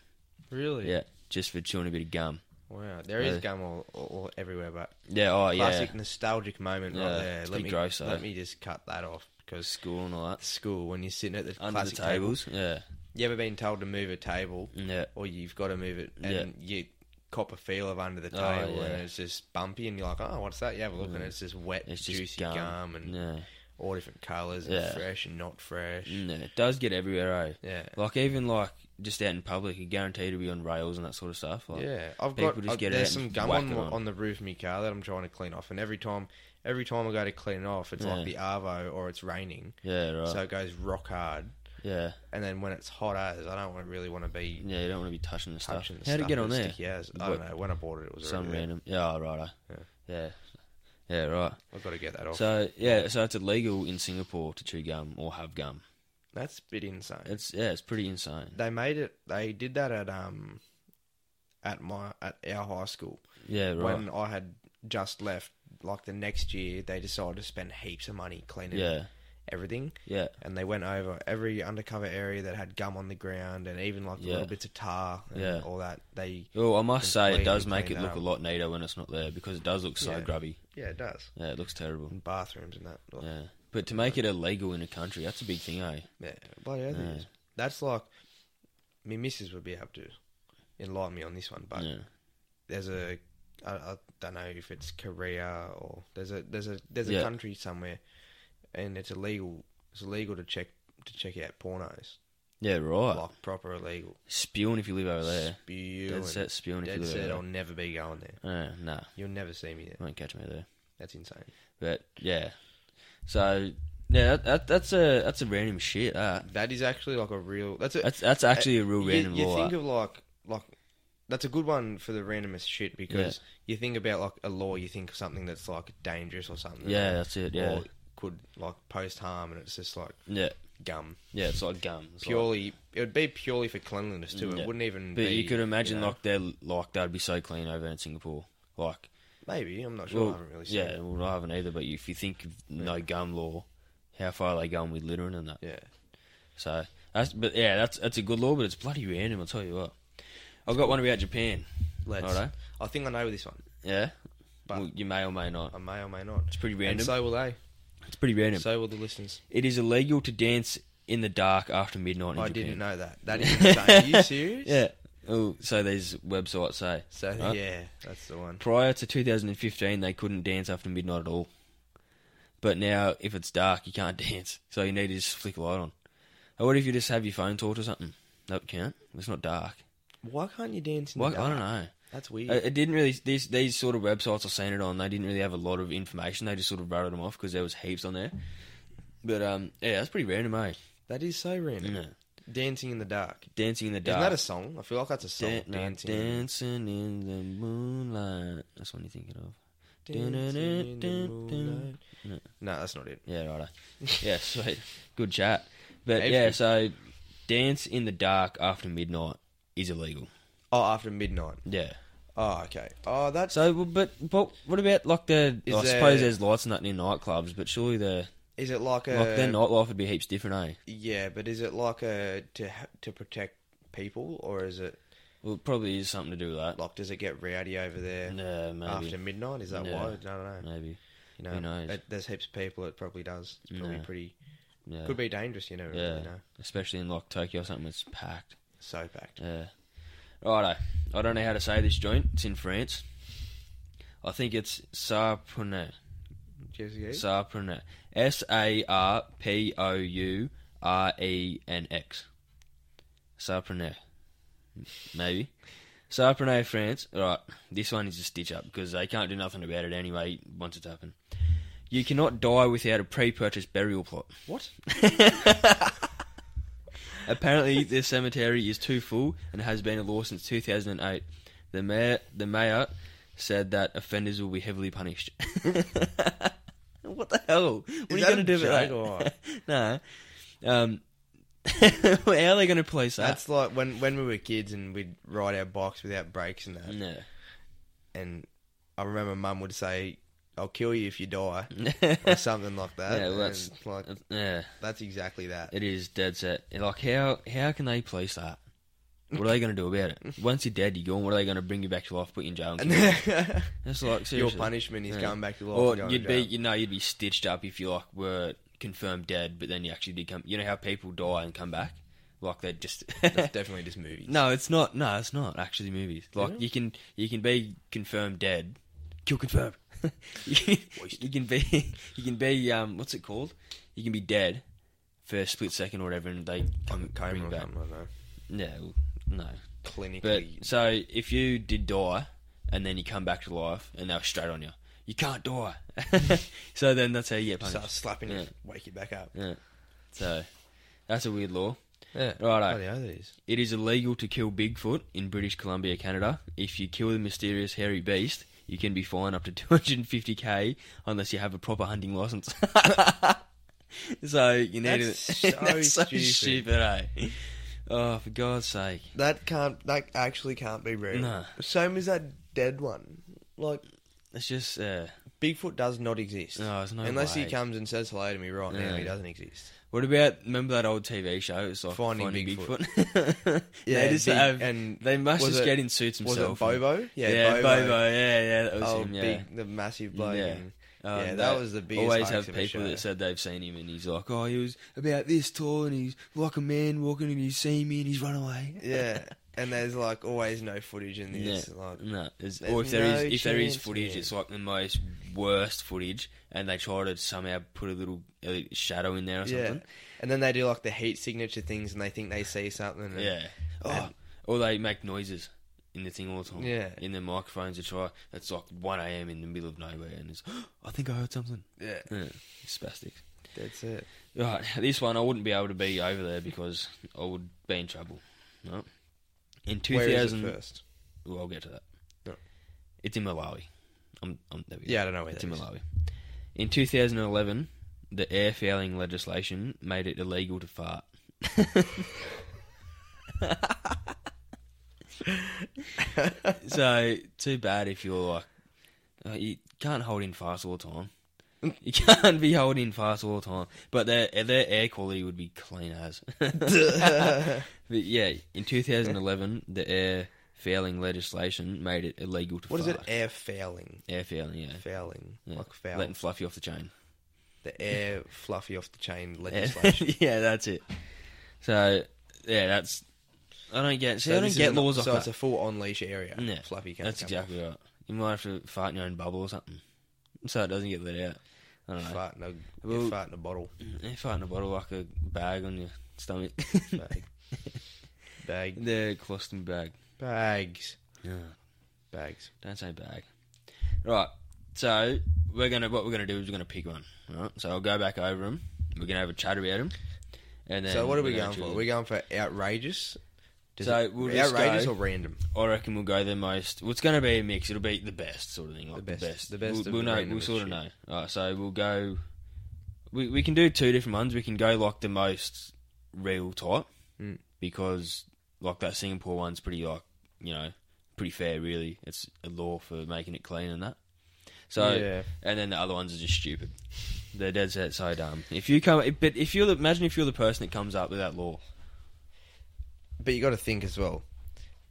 [SPEAKER 2] Really?
[SPEAKER 1] Yeah, just for chewing a bit of gum.
[SPEAKER 2] Wow. There is
[SPEAKER 1] Yeah.
[SPEAKER 2] gum all, all, all everywhere, but
[SPEAKER 1] Yeah, oh yeah.
[SPEAKER 2] classic nostalgic moment
[SPEAKER 1] Yeah,
[SPEAKER 2] right there.
[SPEAKER 1] it's
[SPEAKER 2] let
[SPEAKER 1] pretty
[SPEAKER 2] me
[SPEAKER 1] gross, though.
[SPEAKER 2] let me just cut that off because
[SPEAKER 1] school and all that.
[SPEAKER 2] school when you're sitting at the
[SPEAKER 1] Under
[SPEAKER 2] classic
[SPEAKER 1] the
[SPEAKER 2] table.
[SPEAKER 1] tables. Yeah.
[SPEAKER 2] You ever been told to move a table
[SPEAKER 1] Yeah.
[SPEAKER 2] or you've got to move it and you cop a feel of under the
[SPEAKER 1] Oh,
[SPEAKER 2] table and
[SPEAKER 1] yeah. Mm.
[SPEAKER 2] it's just bumpy and you're like, oh, what's that? You have a look and it's just wet,
[SPEAKER 1] It's just
[SPEAKER 2] juicy
[SPEAKER 1] gum.
[SPEAKER 2] gum. and
[SPEAKER 1] Yeah.
[SPEAKER 2] all different colours and
[SPEAKER 1] Yeah. Mm.
[SPEAKER 2] fresh and not fresh.
[SPEAKER 1] Yeah. It does get everywhere, eh?
[SPEAKER 2] Yeah.
[SPEAKER 1] Like even like just out in public, you're guaranteed to be on rails and that sort of stuff. Like,
[SPEAKER 2] Yeah, I've
[SPEAKER 1] people
[SPEAKER 2] got
[SPEAKER 1] just
[SPEAKER 2] I've-
[SPEAKER 1] get it
[SPEAKER 2] there's
[SPEAKER 1] out
[SPEAKER 2] some
[SPEAKER 1] and
[SPEAKER 2] gum
[SPEAKER 1] whack
[SPEAKER 2] on,
[SPEAKER 1] it
[SPEAKER 2] my-
[SPEAKER 1] on.
[SPEAKER 2] on the roof of my car that I'm trying to clean off, and every time, every time I go to clean it off, it's
[SPEAKER 1] Yeah.
[SPEAKER 2] like the arvo or it's raining,
[SPEAKER 1] Yeah, right.
[SPEAKER 2] so it goes rock hard.
[SPEAKER 1] yeah.
[SPEAKER 2] And then when it's hot as, I don't want, really want to be
[SPEAKER 1] Yeah. You don't want to be touching the stuff.
[SPEAKER 2] touching the
[SPEAKER 1] How
[SPEAKER 2] stuff
[SPEAKER 1] to get on
[SPEAKER 2] that's
[SPEAKER 1] there?
[SPEAKER 2] sticky as. I
[SPEAKER 1] What-
[SPEAKER 2] don't know. When I bought it, it was
[SPEAKER 1] Some
[SPEAKER 2] already there.
[SPEAKER 1] random. Yeah. Oh, right. Yeah. Yeah. Yeah. Right.
[SPEAKER 2] I've got to get that off.
[SPEAKER 1] So yeah. So it's illegal in Singapore to chew gum or have gum.
[SPEAKER 2] That's a bit insane.
[SPEAKER 1] It's yeah. It's pretty insane.
[SPEAKER 2] They made it. They did that at um at my at our high school
[SPEAKER 1] Yeah. Right.
[SPEAKER 2] when I had just left. Like the next year, they decided to spend heaps of money cleaning
[SPEAKER 1] yeah.
[SPEAKER 2] everything,
[SPEAKER 1] Yeah.
[SPEAKER 2] and they went over every undercover area that had gum on the ground, and even like the
[SPEAKER 1] Yeah.
[SPEAKER 2] little bits of tar and
[SPEAKER 1] Yeah.
[SPEAKER 2] all that. They
[SPEAKER 1] Well, I must say it
[SPEAKER 2] Completely
[SPEAKER 1] does make it
[SPEAKER 2] cleaned
[SPEAKER 1] look
[SPEAKER 2] up.
[SPEAKER 1] a lot neater when it's not there because it does look so
[SPEAKER 2] Yeah.
[SPEAKER 1] grubby.
[SPEAKER 2] yeah, it does.
[SPEAKER 1] Yeah, it looks terrible.
[SPEAKER 2] And bathrooms and that. Like,
[SPEAKER 1] Yeah. But to make it illegal in a country, that's a big thing, eh?
[SPEAKER 2] yeah. bloody hell, it
[SPEAKER 1] Yeah.
[SPEAKER 2] is. That's like me missus would be able to enlighten me on this one, but
[SPEAKER 1] yeah.
[SPEAKER 2] there's a I, I don't know if it's Korea or there's a there's a there's a
[SPEAKER 1] Yeah.
[SPEAKER 2] country somewhere, and it's illegal. It's illegal to check to check out pornos,
[SPEAKER 1] Yeah, right.
[SPEAKER 2] like proper illegal.
[SPEAKER 1] Spewing if you live over there.
[SPEAKER 2] Spewing.
[SPEAKER 1] Dead set spewing if
[SPEAKER 2] Dead
[SPEAKER 1] you live
[SPEAKER 2] set. I'll
[SPEAKER 1] over
[SPEAKER 2] never be going there.
[SPEAKER 1] there. Uh, nah,
[SPEAKER 2] You'll never see me there.
[SPEAKER 1] won't catch me there.
[SPEAKER 2] That's insane.
[SPEAKER 1] But yeah. So yeah, that, that, that's a that's a random shit. That
[SPEAKER 2] That is actually like a real. That's a
[SPEAKER 1] that's that's actually a real random
[SPEAKER 2] Eh, you, you
[SPEAKER 1] law.
[SPEAKER 2] think
[SPEAKER 1] that.
[SPEAKER 2] of like like that's a good one for the randomest shit because you think about like a law, you think of something that's like dangerous or something.
[SPEAKER 1] ah. yeah, that's it. Yeah,
[SPEAKER 2] Or could like post harm, and it's just like
[SPEAKER 1] yeah,
[SPEAKER 2] gum.
[SPEAKER 1] yeah. It's like gum. It's like-
[SPEAKER 2] purely it would be purely for cleanliness too.
[SPEAKER 1] Yeah.
[SPEAKER 2] It wouldn't even.
[SPEAKER 1] but
[SPEAKER 2] be,
[SPEAKER 1] you could imagine
[SPEAKER 2] know,
[SPEAKER 1] like they're like that'd be so clean over in Singapore. Like,
[SPEAKER 2] maybe I'm not sure. I
[SPEAKER 1] well,
[SPEAKER 2] haven't really seen.
[SPEAKER 1] yeah,
[SPEAKER 2] it.
[SPEAKER 1] well, I haven't either. But if you think of no gum law, how far are they going with littering and that?
[SPEAKER 2] yeah.
[SPEAKER 1] So that's but yeah, that's that's a good law, but it's bloody random. I'll tell you what. I've got one about Japan.
[SPEAKER 2] Let's.
[SPEAKER 1] Righto.
[SPEAKER 2] I think I know this one.
[SPEAKER 1] Yeah,
[SPEAKER 2] But-
[SPEAKER 1] well, you may or may not.
[SPEAKER 2] I may or may not.
[SPEAKER 1] It's pretty
[SPEAKER 2] And
[SPEAKER 1] random.
[SPEAKER 2] so will they.
[SPEAKER 1] it's pretty random.
[SPEAKER 2] So will the listeners.
[SPEAKER 1] it is illegal to dance in the dark after midnight in
[SPEAKER 2] I
[SPEAKER 1] Japan.
[SPEAKER 2] didn't know that. That is insane. Are you serious?
[SPEAKER 1] Yeah. Oh, so these websites say.
[SPEAKER 2] So
[SPEAKER 1] Right.
[SPEAKER 2] yeah, that's the one.
[SPEAKER 1] Prior to 2015, they couldn't dance after midnight at all. But now, Oh, if it's dark, you can't dance. So you need to just flick a light on. Or what if you just have your phone torch or something? That count. It's not dark.
[SPEAKER 2] Why can't you dance in
[SPEAKER 1] Why,
[SPEAKER 2] the
[SPEAKER 1] I
[SPEAKER 2] dark?
[SPEAKER 1] don't know. Uh,
[SPEAKER 2] That's weird.
[SPEAKER 1] It it didn't really. These these sort of websites I've seen it on. They didn't really have a lot of information. They just sort of wrote them off because there was heaps on there. But um, yeah, that's pretty random, eh?
[SPEAKER 2] that is so random.
[SPEAKER 1] Yeah.
[SPEAKER 2] Dancing in the dark.
[SPEAKER 1] Dancing in the
[SPEAKER 2] Isn't that
[SPEAKER 1] mm. dark.
[SPEAKER 2] a song? I feel like that's a song.
[SPEAKER 1] Dan- no,
[SPEAKER 2] dancing.
[SPEAKER 1] dancing in the moonlight. That's what you're thinking of.
[SPEAKER 2] Dancing in the
[SPEAKER 1] Dun-dun-dun-dun.
[SPEAKER 2] moonlight.
[SPEAKER 1] No.
[SPEAKER 2] No, that's not it.
[SPEAKER 1] Yeah, righto. Yeah, sweet. Good chat. But
[SPEAKER 2] Maybe.
[SPEAKER 1] yeah, so dance in the dark after midnight is illegal.
[SPEAKER 2] Oh, after midnight.
[SPEAKER 1] Yeah.
[SPEAKER 2] Oh, okay. Oh, that's
[SPEAKER 1] So, well, but but what about like the?
[SPEAKER 2] Is
[SPEAKER 1] I
[SPEAKER 2] there-
[SPEAKER 1] suppose there's lights and that in nightclubs, but surely the
[SPEAKER 2] is it like a
[SPEAKER 1] like their nightlife would be heaps different, eh?
[SPEAKER 2] yeah, but is it like a to ha- to protect people or is it
[SPEAKER 1] Well, it probably is something to do with that.
[SPEAKER 2] like does it get rowdy over there
[SPEAKER 1] Yeah, maybe.
[SPEAKER 2] after midnight? Is that
[SPEAKER 1] Yeah.
[SPEAKER 2] why? I don't know.
[SPEAKER 1] Maybe.
[SPEAKER 2] You know,
[SPEAKER 1] Who knows?
[SPEAKER 2] it- there's heaps of people. It probably does. It's probably
[SPEAKER 1] Yeah.
[SPEAKER 2] pretty
[SPEAKER 1] Yeah.
[SPEAKER 2] could be dangerous. You never
[SPEAKER 1] Yeah.
[SPEAKER 2] really know.
[SPEAKER 1] Especially in like Tokyo or something, it's packed.
[SPEAKER 2] So packed.
[SPEAKER 1] Yeah. Righto. I don't know how to say this joint. It's in France. I think it's Sarpounet.
[SPEAKER 2] Jesse,
[SPEAKER 1] Sarpounet. S A R P O U R E N X. Sarpounet. Maybe. Sarpounet, France. Alright, this one is a stitch up because they can't do nothing about it anyway once it's happened. You cannot die without a pre purchased burial plot.
[SPEAKER 2] what?
[SPEAKER 1] Apparently, the cemetery is too full and has been a law since 2008. The mayor, the mayor said that offenders will be heavily punished. what the hell? What are you
[SPEAKER 2] that
[SPEAKER 1] going to
[SPEAKER 2] a
[SPEAKER 1] do about
[SPEAKER 2] joke or
[SPEAKER 1] that? no. Um, how are they going to police that?
[SPEAKER 2] That's like when when we were kids and we'd ride our bikes without brakes and that.
[SPEAKER 1] no.
[SPEAKER 2] And I remember Mum would say, "I'll kill you if you die."
[SPEAKER 1] yeah,
[SPEAKER 2] or something like that.
[SPEAKER 1] Yeah, well,
[SPEAKER 2] And
[SPEAKER 1] that's-
[SPEAKER 2] it's like
[SPEAKER 1] yeah,
[SPEAKER 2] that's exactly that.
[SPEAKER 1] it is dead set. Like, how how can they police that? What are they going to do about it? Once you're dead, you're gone. What are they going to bring you back to life, put you in jail? And kill you? It's like
[SPEAKER 2] your
[SPEAKER 1] seriously.
[SPEAKER 2] punishment is
[SPEAKER 1] Yeah.
[SPEAKER 2] going back to life.
[SPEAKER 1] Or
[SPEAKER 2] and going
[SPEAKER 1] you'd
[SPEAKER 2] to
[SPEAKER 1] be,
[SPEAKER 2] jail.
[SPEAKER 1] you know, you'd be stitched up if you like were confirmed dead, but then you actually did come. You know how people die and come back, like they just.
[SPEAKER 2] That's definitely just movies.
[SPEAKER 1] no, it's not. No, it's not actually movies. Like
[SPEAKER 2] it?
[SPEAKER 1] you can, you can be confirmed dead, kill confirmed. you, can, you can be, you can be, um, what's it called? You can be dead for a split second or whatever, and they come
[SPEAKER 2] Coma
[SPEAKER 1] bring you
[SPEAKER 2] or
[SPEAKER 1] back.
[SPEAKER 2] something, I don't know.
[SPEAKER 1] Yeah, well, no. But
[SPEAKER 2] Clinically,
[SPEAKER 1] so if you did die and then you come back to life and they were straight on you, you can't die. so then that's how you get
[SPEAKER 2] start
[SPEAKER 1] punished.
[SPEAKER 2] slapping you,
[SPEAKER 1] Yeah.
[SPEAKER 2] wake you back up.
[SPEAKER 1] Yeah. So that's a weird law.
[SPEAKER 2] Yeah,
[SPEAKER 1] Righto.
[SPEAKER 2] Bloody hell, that is.
[SPEAKER 1] It is illegal to kill Bigfoot in British Columbia, Canada. If you kill the mysterious hairy beast, you can be fined up to 250k unless you have a proper hunting license. so you need
[SPEAKER 2] That's
[SPEAKER 1] to,
[SPEAKER 2] so
[SPEAKER 1] that's so
[SPEAKER 2] stupid.
[SPEAKER 1] stupid, eh? Oh, for God's sake.
[SPEAKER 2] That can't. That actually can't be real.
[SPEAKER 1] No.
[SPEAKER 2] Same as that dead one. Like
[SPEAKER 1] It's just, uh,
[SPEAKER 2] Bigfoot does not exist.
[SPEAKER 1] No, Oh, there's no
[SPEAKER 2] unless
[SPEAKER 1] way.
[SPEAKER 2] he comes and says hello to me right now.
[SPEAKER 1] Yeah.
[SPEAKER 2] He doesn't exist.
[SPEAKER 1] What about remember that old TV show? It's like Finding,
[SPEAKER 2] Finding
[SPEAKER 1] Bigfoot.
[SPEAKER 2] Bigfoot.
[SPEAKER 1] yeah, they just
[SPEAKER 2] Big-
[SPEAKER 1] have-
[SPEAKER 2] and
[SPEAKER 1] they must
[SPEAKER 2] was
[SPEAKER 1] just
[SPEAKER 2] it-
[SPEAKER 1] get in suits
[SPEAKER 2] was it
[SPEAKER 1] themselves.
[SPEAKER 2] Bobo?
[SPEAKER 1] Yeah, Bobo. Yeah, yeah, that was
[SPEAKER 2] Oh,
[SPEAKER 1] him. Yeah.
[SPEAKER 2] big, the massive bloke.
[SPEAKER 1] Yeah.
[SPEAKER 2] and-
[SPEAKER 1] Um,
[SPEAKER 2] yeah,
[SPEAKER 1] they
[SPEAKER 2] that was the biggest.
[SPEAKER 1] Always
[SPEAKER 2] hoax
[SPEAKER 1] have
[SPEAKER 2] of a
[SPEAKER 1] people
[SPEAKER 2] show.
[SPEAKER 1] that said they've seen him, and he's like, "Oh, he was about this tall, and he's like a man walking, and he's seen me, and he's run away."
[SPEAKER 2] Yeah, and there's like always no footage in this. Like,
[SPEAKER 1] No, it's-
[SPEAKER 2] There's
[SPEAKER 1] or if there is,
[SPEAKER 2] no
[SPEAKER 1] if there is
[SPEAKER 2] chance,
[SPEAKER 1] footage,
[SPEAKER 2] man.
[SPEAKER 1] it's like the most worst footage, and they try to somehow put a little uh, shadow in there or
[SPEAKER 2] yeah,
[SPEAKER 1] something.
[SPEAKER 2] and then they do like the heat signature things, and they think they see something. And,
[SPEAKER 1] Yeah. Oh,
[SPEAKER 2] And-
[SPEAKER 1] or they make noises in the thing all the time.
[SPEAKER 2] Yeah.
[SPEAKER 1] In the microphones to try. It's like 1 a.m. in the middle of nowhere and it's, I think I heard something.
[SPEAKER 2] yeah,
[SPEAKER 1] Yeah. Spastic.
[SPEAKER 2] that's it.
[SPEAKER 1] Right. This one, I wouldn't be able to be over there because I would be in trouble. No. In
[SPEAKER 2] Where is it
[SPEAKER 1] 2000.
[SPEAKER 2] first?
[SPEAKER 1] Well, I'll get to that.
[SPEAKER 2] No.
[SPEAKER 1] It's in Malawi. I'm, I'm, there we go.
[SPEAKER 2] Yeah, I don't know where
[SPEAKER 1] It's
[SPEAKER 2] that
[SPEAKER 1] in
[SPEAKER 2] is.
[SPEAKER 1] Malawi. In 2011, the air fouling legislation made it illegal to fart. so too bad if you're like uh, you can't hold in fast all the time. You can't be holding in fast all the time. But their their air quality would be clean as. but yeah, in 2011, the air fouling legislation made it illegal to
[SPEAKER 2] What is
[SPEAKER 1] fart.
[SPEAKER 2] it? Air fouling.
[SPEAKER 1] Air fouling, yeah.
[SPEAKER 2] Fouling.
[SPEAKER 1] Yeah.
[SPEAKER 2] Like foul.
[SPEAKER 1] Letting Fluffy off the chain.
[SPEAKER 2] the air fluffy off the chain
[SPEAKER 1] Yeah.
[SPEAKER 2] legislation.
[SPEAKER 1] yeah, that's it. So yeah, that's I don't get. See, I don't
[SPEAKER 2] this
[SPEAKER 1] get
[SPEAKER 2] is
[SPEAKER 1] laws like
[SPEAKER 2] not, So
[SPEAKER 1] that.
[SPEAKER 2] it's a full on leash area.
[SPEAKER 1] Yeah,
[SPEAKER 2] Fluffy can't
[SPEAKER 1] that's
[SPEAKER 2] come
[SPEAKER 1] exactly right. You might have to fart in your own bubble or something, so it doesn't get let out. I don't know.
[SPEAKER 2] Fart in a,
[SPEAKER 1] Well-
[SPEAKER 2] you fart in a bottle.
[SPEAKER 1] You fart in a bottle like a bag on your stomach.
[SPEAKER 2] Like, Bag.
[SPEAKER 1] The Colostomy bag.
[SPEAKER 2] Bags.
[SPEAKER 1] Yeah.
[SPEAKER 2] Bags.
[SPEAKER 1] Don't say bag. Right. So we're gonna what we're gonna do is we're gonna pick one. Right. So I'll go back over them. We're gonna have a chat about them. And then
[SPEAKER 2] so what are
[SPEAKER 1] we're
[SPEAKER 2] we
[SPEAKER 1] gonna
[SPEAKER 2] going for?
[SPEAKER 1] choose-
[SPEAKER 2] We're going for outrageous. Does
[SPEAKER 1] So
[SPEAKER 2] it-
[SPEAKER 1] we'll just
[SPEAKER 2] outrageous
[SPEAKER 1] go-
[SPEAKER 2] or random?
[SPEAKER 1] I reckon we'll go the most. Well, it's going to be a mix. It'll be the best sort of thing. Like the best.
[SPEAKER 2] best-
[SPEAKER 1] The best.
[SPEAKER 2] the best
[SPEAKER 1] We'll,
[SPEAKER 2] of
[SPEAKER 1] we'll
[SPEAKER 2] the
[SPEAKER 1] know.
[SPEAKER 2] random
[SPEAKER 1] We'll sort of
[SPEAKER 2] shit.
[SPEAKER 1] know. Alright, so we'll go. We we can do two different ones. We can go like the most real type
[SPEAKER 2] Mm.
[SPEAKER 1] because like that Singapore one's pretty like you know pretty fair really. It's a law for making it clean and that. So
[SPEAKER 2] Yeah.
[SPEAKER 1] and then the other ones are just stupid. They're dead set so dumb. If you come, but if you're the, imagine if you're the person that comes up with that law.
[SPEAKER 2] But you got to think as well.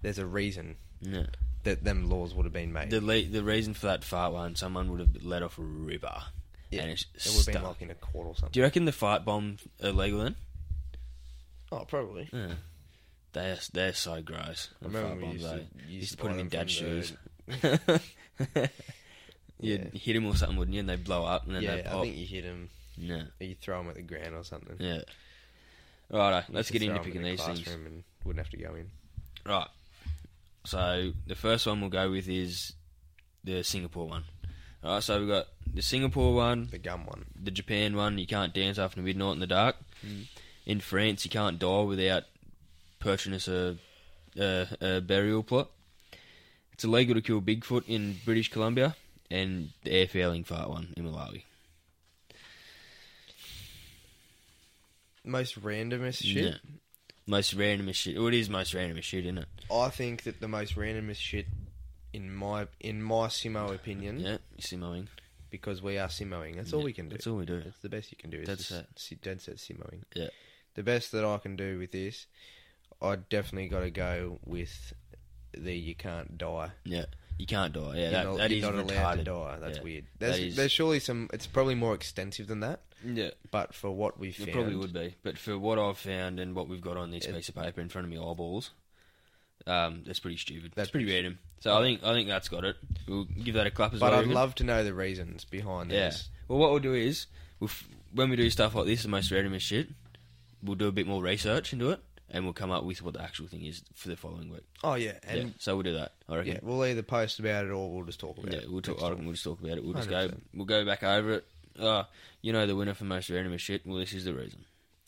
[SPEAKER 2] There's a reason
[SPEAKER 1] Yeah.
[SPEAKER 2] that them laws would have been made.
[SPEAKER 1] The le- the reason for that fart one, someone would have let off a ripper,
[SPEAKER 2] Yeah,
[SPEAKER 1] and it's
[SPEAKER 2] it would have
[SPEAKER 1] stuck.
[SPEAKER 2] been like in a court or something.
[SPEAKER 1] Do you reckon the fart bomb illegal then?
[SPEAKER 2] Oh, probably.
[SPEAKER 1] Yeah. They're they're so gross. the
[SPEAKER 2] I remember
[SPEAKER 1] fart
[SPEAKER 2] we
[SPEAKER 1] bombs,
[SPEAKER 2] used to,
[SPEAKER 1] eh?
[SPEAKER 2] used
[SPEAKER 1] used to
[SPEAKER 2] to
[SPEAKER 1] put
[SPEAKER 2] buy
[SPEAKER 1] them in
[SPEAKER 2] them
[SPEAKER 1] dad's
[SPEAKER 2] from
[SPEAKER 1] shoes.
[SPEAKER 2] the-
[SPEAKER 1] You'd hit him or something, wouldn't you? And they blow up and then
[SPEAKER 2] Yeah,
[SPEAKER 1] they
[SPEAKER 2] I
[SPEAKER 1] pop.
[SPEAKER 2] think you hit them.
[SPEAKER 1] Yeah,
[SPEAKER 2] You throw them at the ground or something.
[SPEAKER 1] yeah. Right, let's
[SPEAKER 2] You
[SPEAKER 1] get into
[SPEAKER 2] could throw 'em in
[SPEAKER 1] picking
[SPEAKER 2] the
[SPEAKER 1] these things.
[SPEAKER 2] classroom And wouldn't have to go in.
[SPEAKER 1] Right. So the first one we'll go with is the Singapore one. All right, so we've got the Singapore one,
[SPEAKER 2] The gum one.
[SPEAKER 1] the Japan one, you can't dance after midnight in the dark.
[SPEAKER 2] Hmm.
[SPEAKER 1] In France, you can't die without purchasing a, a, a burial plot. It's illegal to kill Bigfoot in British Columbia, and the air fouling fart one in Malawi.
[SPEAKER 2] Most randomest shit.
[SPEAKER 1] Yeah. Most randomest shit. Well, it is most randomest shit, isn't it?
[SPEAKER 2] I think that the most randomest shit, in my in my simo opinion,
[SPEAKER 1] Yeah, simoing.
[SPEAKER 2] because we are simoing. Hmm. That's all
[SPEAKER 1] Yeah,
[SPEAKER 2] we can do.
[SPEAKER 1] That's all we do.
[SPEAKER 2] That's the best you can do. Is
[SPEAKER 1] Dead
[SPEAKER 2] just
[SPEAKER 1] set.
[SPEAKER 2] si- Dead set simoing.
[SPEAKER 1] Yeah.
[SPEAKER 2] The best that I can do with this, I definitely got to go with the you can't die.
[SPEAKER 1] Yeah, you can't die. Yeah,
[SPEAKER 2] you're
[SPEAKER 1] that,
[SPEAKER 2] not,
[SPEAKER 1] that
[SPEAKER 2] you're
[SPEAKER 1] is
[SPEAKER 2] not allowed to
[SPEAKER 1] retarded.
[SPEAKER 2] die. That's
[SPEAKER 1] Yeah,
[SPEAKER 2] weird.
[SPEAKER 1] that
[SPEAKER 2] There's,
[SPEAKER 1] is-
[SPEAKER 2] there's surely some. It's probably more extensive than that.
[SPEAKER 1] Yeah,
[SPEAKER 2] But for what we found,
[SPEAKER 1] it probably would be. But for what I've found and what we've got on this
[SPEAKER 2] It-
[SPEAKER 1] piece of paper in front of me, eyeballs, um, that's pretty stupid. That's
[SPEAKER 2] That's
[SPEAKER 1] pretty
[SPEAKER 2] pretty
[SPEAKER 1] random. So I think I think that's got it. We'll give that a clap as
[SPEAKER 2] But
[SPEAKER 1] well. I
[SPEAKER 2] I'd
[SPEAKER 1] reckon.
[SPEAKER 2] love to know the reasons behind
[SPEAKER 1] Yeah.
[SPEAKER 2] this.
[SPEAKER 1] Well, what we'll do is, we'll f- when we do stuff like this, the most random as shit, we'll do a bit more research into it, and we'll come up with what the actual thing is for the following week.
[SPEAKER 2] Oh yeah,
[SPEAKER 1] yeah.
[SPEAKER 2] and
[SPEAKER 1] So we'll do that. I
[SPEAKER 2] yeah.
[SPEAKER 1] reckon.
[SPEAKER 2] we'll either post about it or we'll just talk about
[SPEAKER 1] Yeah,
[SPEAKER 2] it.
[SPEAKER 1] we'll talk.
[SPEAKER 2] next
[SPEAKER 1] I
[SPEAKER 2] time.
[SPEAKER 1] reckon we'll just talk about it. We'll just go.
[SPEAKER 2] 100%.
[SPEAKER 1] We'll go back over it. Uh, you know the winner for most random as shit. Well, this is the reason.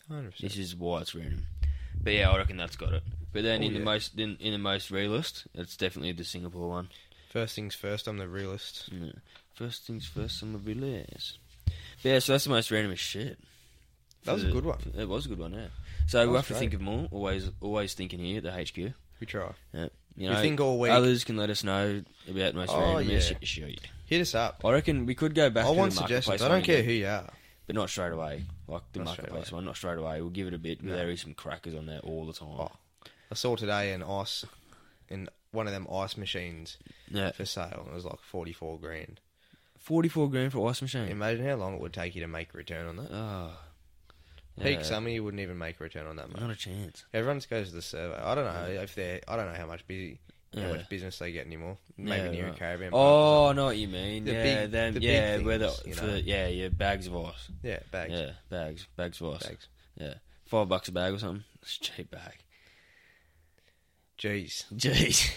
[SPEAKER 2] 100%.
[SPEAKER 1] This is why it's random. But yeah, I reckon that's got it. But then
[SPEAKER 2] Oh,
[SPEAKER 1] in the
[SPEAKER 2] yeah.
[SPEAKER 1] most in, in the most realist, it's definitely the Singapore one.
[SPEAKER 2] First things first, I'm the realist.
[SPEAKER 1] Yeah. First things first, some of realist. But yeah, so that's the most random as shit.
[SPEAKER 2] That was a
[SPEAKER 1] For-
[SPEAKER 2] good one.
[SPEAKER 1] It was a good one, yeah. So we'll
[SPEAKER 2] was
[SPEAKER 1] have to think of more. Always always thinking here at the HQ.
[SPEAKER 2] We try.
[SPEAKER 1] Yeah. You
[SPEAKER 2] We
[SPEAKER 1] know,
[SPEAKER 2] think all week.
[SPEAKER 1] Others can let us know about most
[SPEAKER 2] Oh,
[SPEAKER 1] random as
[SPEAKER 2] yeah.
[SPEAKER 1] sh- shit.
[SPEAKER 2] Hit us up.
[SPEAKER 1] I reckon we could go back
[SPEAKER 2] I
[SPEAKER 1] to
[SPEAKER 2] want
[SPEAKER 1] the marketplace
[SPEAKER 2] suggestions. I don't
[SPEAKER 1] one
[SPEAKER 2] care
[SPEAKER 1] again,
[SPEAKER 2] who you are.
[SPEAKER 1] But not straight away. Like the
[SPEAKER 2] Not straight
[SPEAKER 1] marketplace one, not straight away. We'll give it a bit.
[SPEAKER 2] No.
[SPEAKER 1] There is some crackers on there all the time.
[SPEAKER 2] Oh. I saw today an ice, in one of them ice machines
[SPEAKER 1] Yeah.
[SPEAKER 2] for sale, and it was like forty-four grand.
[SPEAKER 1] 44 grand for ice machine.
[SPEAKER 2] Imagine how long it would take you to make a return on that.
[SPEAKER 1] Oh.
[SPEAKER 2] Peak summer, you wouldn't even make a return on that much.
[SPEAKER 1] Not a chance.
[SPEAKER 2] Everyone just goes to the servo. I don't know if they. are I don't know how much busy,
[SPEAKER 1] Yeah.
[SPEAKER 2] how much business they get anymore. Maybe
[SPEAKER 1] Yeah,
[SPEAKER 2] near
[SPEAKER 1] right.
[SPEAKER 2] a caravan. park or
[SPEAKER 1] Oh, I know what you mean.
[SPEAKER 2] The
[SPEAKER 1] yeah,
[SPEAKER 2] big-
[SPEAKER 1] them,
[SPEAKER 2] the big
[SPEAKER 1] yeah, where the,
[SPEAKER 2] things, you
[SPEAKER 1] for,
[SPEAKER 2] know.
[SPEAKER 1] yeah, yeah, bags of ice.
[SPEAKER 2] something. yeah, bags.
[SPEAKER 1] Yeah, bags, bags of ice.
[SPEAKER 2] Bags.
[SPEAKER 1] Yeah, five bucks a bag or something. It's a cheap bag.
[SPEAKER 2] Jeez,
[SPEAKER 1] Jeez.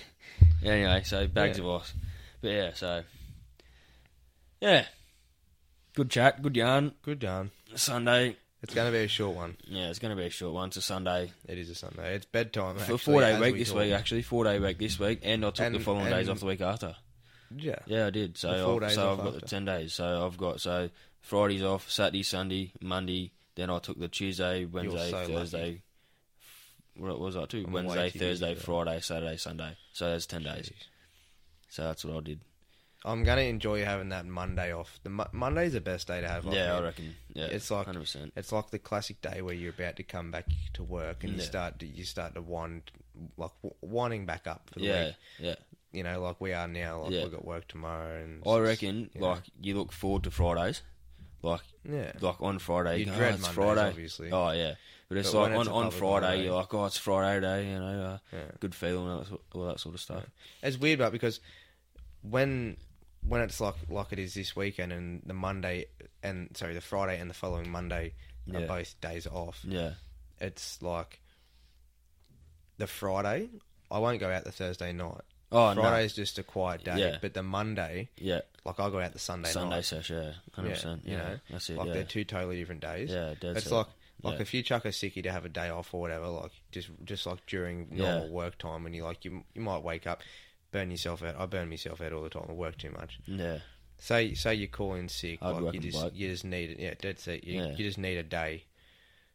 [SPEAKER 1] anyway, so bags
[SPEAKER 2] Yeah.
[SPEAKER 1] of ice. But yeah, so yeah, good chat, good yarn.
[SPEAKER 2] good done.
[SPEAKER 1] Sunday.
[SPEAKER 2] It's going to be a short one.
[SPEAKER 1] Yeah, it's going to be a short one. It's a Sunday.
[SPEAKER 2] It is a Sunday. It's bedtime.
[SPEAKER 1] For
[SPEAKER 2] actually,
[SPEAKER 1] four day
[SPEAKER 2] as
[SPEAKER 1] week
[SPEAKER 2] we
[SPEAKER 1] this
[SPEAKER 2] talk.
[SPEAKER 1] week, actually. Four day week this week. And I took the
[SPEAKER 2] And-
[SPEAKER 1] following days
[SPEAKER 2] and-
[SPEAKER 1] off the week after.
[SPEAKER 2] Yeah.
[SPEAKER 1] Yeah, I did. So,
[SPEAKER 2] The four
[SPEAKER 1] I've,
[SPEAKER 2] days
[SPEAKER 1] so
[SPEAKER 2] off
[SPEAKER 1] I've got the
[SPEAKER 2] after.
[SPEAKER 1] ten days. So I've got so Fridays off, Saturday, Sunday, Monday. Then I took the Tuesday, Wednesday,
[SPEAKER 2] so
[SPEAKER 1] Thursday. What was I too?
[SPEAKER 2] I'm way
[SPEAKER 1] Wednesday,
[SPEAKER 2] too
[SPEAKER 1] Thursday,
[SPEAKER 2] busy for
[SPEAKER 1] Friday, Saturday, Sunday. So that's ten days.
[SPEAKER 2] Jeez.
[SPEAKER 1] So that's what I did.
[SPEAKER 2] I'm going to enjoy having that Monday off. The Mo- Monday's the best day to have off.
[SPEAKER 1] yeah, I
[SPEAKER 2] man.
[SPEAKER 1] reckon. Yeah,
[SPEAKER 2] It's like-
[SPEAKER 1] hundred percent.
[SPEAKER 2] It's like the classic day where you're about to come back to work and you
[SPEAKER 1] Yeah.
[SPEAKER 2] start to, you start to wind like w- winding back up for the
[SPEAKER 1] Yeah,
[SPEAKER 2] week.
[SPEAKER 1] yeah.
[SPEAKER 2] You know, like we are now. Like
[SPEAKER 1] Yeah.
[SPEAKER 2] we've got work tomorrow, and
[SPEAKER 1] I reckon
[SPEAKER 2] yeah.
[SPEAKER 1] like you look forward to Fridays, like
[SPEAKER 2] yeah,
[SPEAKER 1] like on Friday.
[SPEAKER 2] You
[SPEAKER 1] go,
[SPEAKER 2] dread
[SPEAKER 1] oh, it's
[SPEAKER 2] Mondays,
[SPEAKER 1] Friday,
[SPEAKER 2] obviously.
[SPEAKER 1] Oh yeah, but it's
[SPEAKER 2] But
[SPEAKER 1] like
[SPEAKER 2] when
[SPEAKER 1] on,
[SPEAKER 2] it's a
[SPEAKER 1] on
[SPEAKER 2] public
[SPEAKER 1] Friday,
[SPEAKER 2] holiday.
[SPEAKER 1] you're like, oh, it's Friday day, you know, uh,
[SPEAKER 2] Yeah.
[SPEAKER 1] good feeling, all that, sort- all that sort of stuff.
[SPEAKER 2] It's weird, but because when when it's like like it is this weekend and the Monday and sorry the Friday and the following Monday
[SPEAKER 1] Yeah.
[SPEAKER 2] are both days off.
[SPEAKER 1] Yeah,
[SPEAKER 2] It's like the Friday, I won't go out the Thursday night.
[SPEAKER 1] Oh, no.
[SPEAKER 2] Friday's just a quiet day,
[SPEAKER 1] Yeah.
[SPEAKER 2] but the Monday,
[SPEAKER 1] Yeah.
[SPEAKER 2] like I go out the Sunday,
[SPEAKER 1] Sunday
[SPEAKER 2] night.
[SPEAKER 1] sesh, yeah. 100%. Yeah.
[SPEAKER 2] you know,
[SPEAKER 1] that's it.
[SPEAKER 2] like
[SPEAKER 1] yeah.
[SPEAKER 2] they're two totally different days.
[SPEAKER 1] Yeah, dead
[SPEAKER 2] it's
[SPEAKER 1] set.
[SPEAKER 2] like like
[SPEAKER 1] Yeah.
[SPEAKER 2] if you chuck a sickie to have a day off or whatever, like just just like during
[SPEAKER 1] Yeah.
[SPEAKER 2] normal work time, when you like you you might wake up, burn yourself out. I burn myself out all the time. I work too much.
[SPEAKER 1] yeah.
[SPEAKER 2] Say say you call in sick,
[SPEAKER 1] Hard
[SPEAKER 2] like you
[SPEAKER 1] working
[SPEAKER 2] just
[SPEAKER 1] bloke.
[SPEAKER 2] you just need it. Yeah, dead set. You,
[SPEAKER 1] Yeah.
[SPEAKER 2] you just need a day.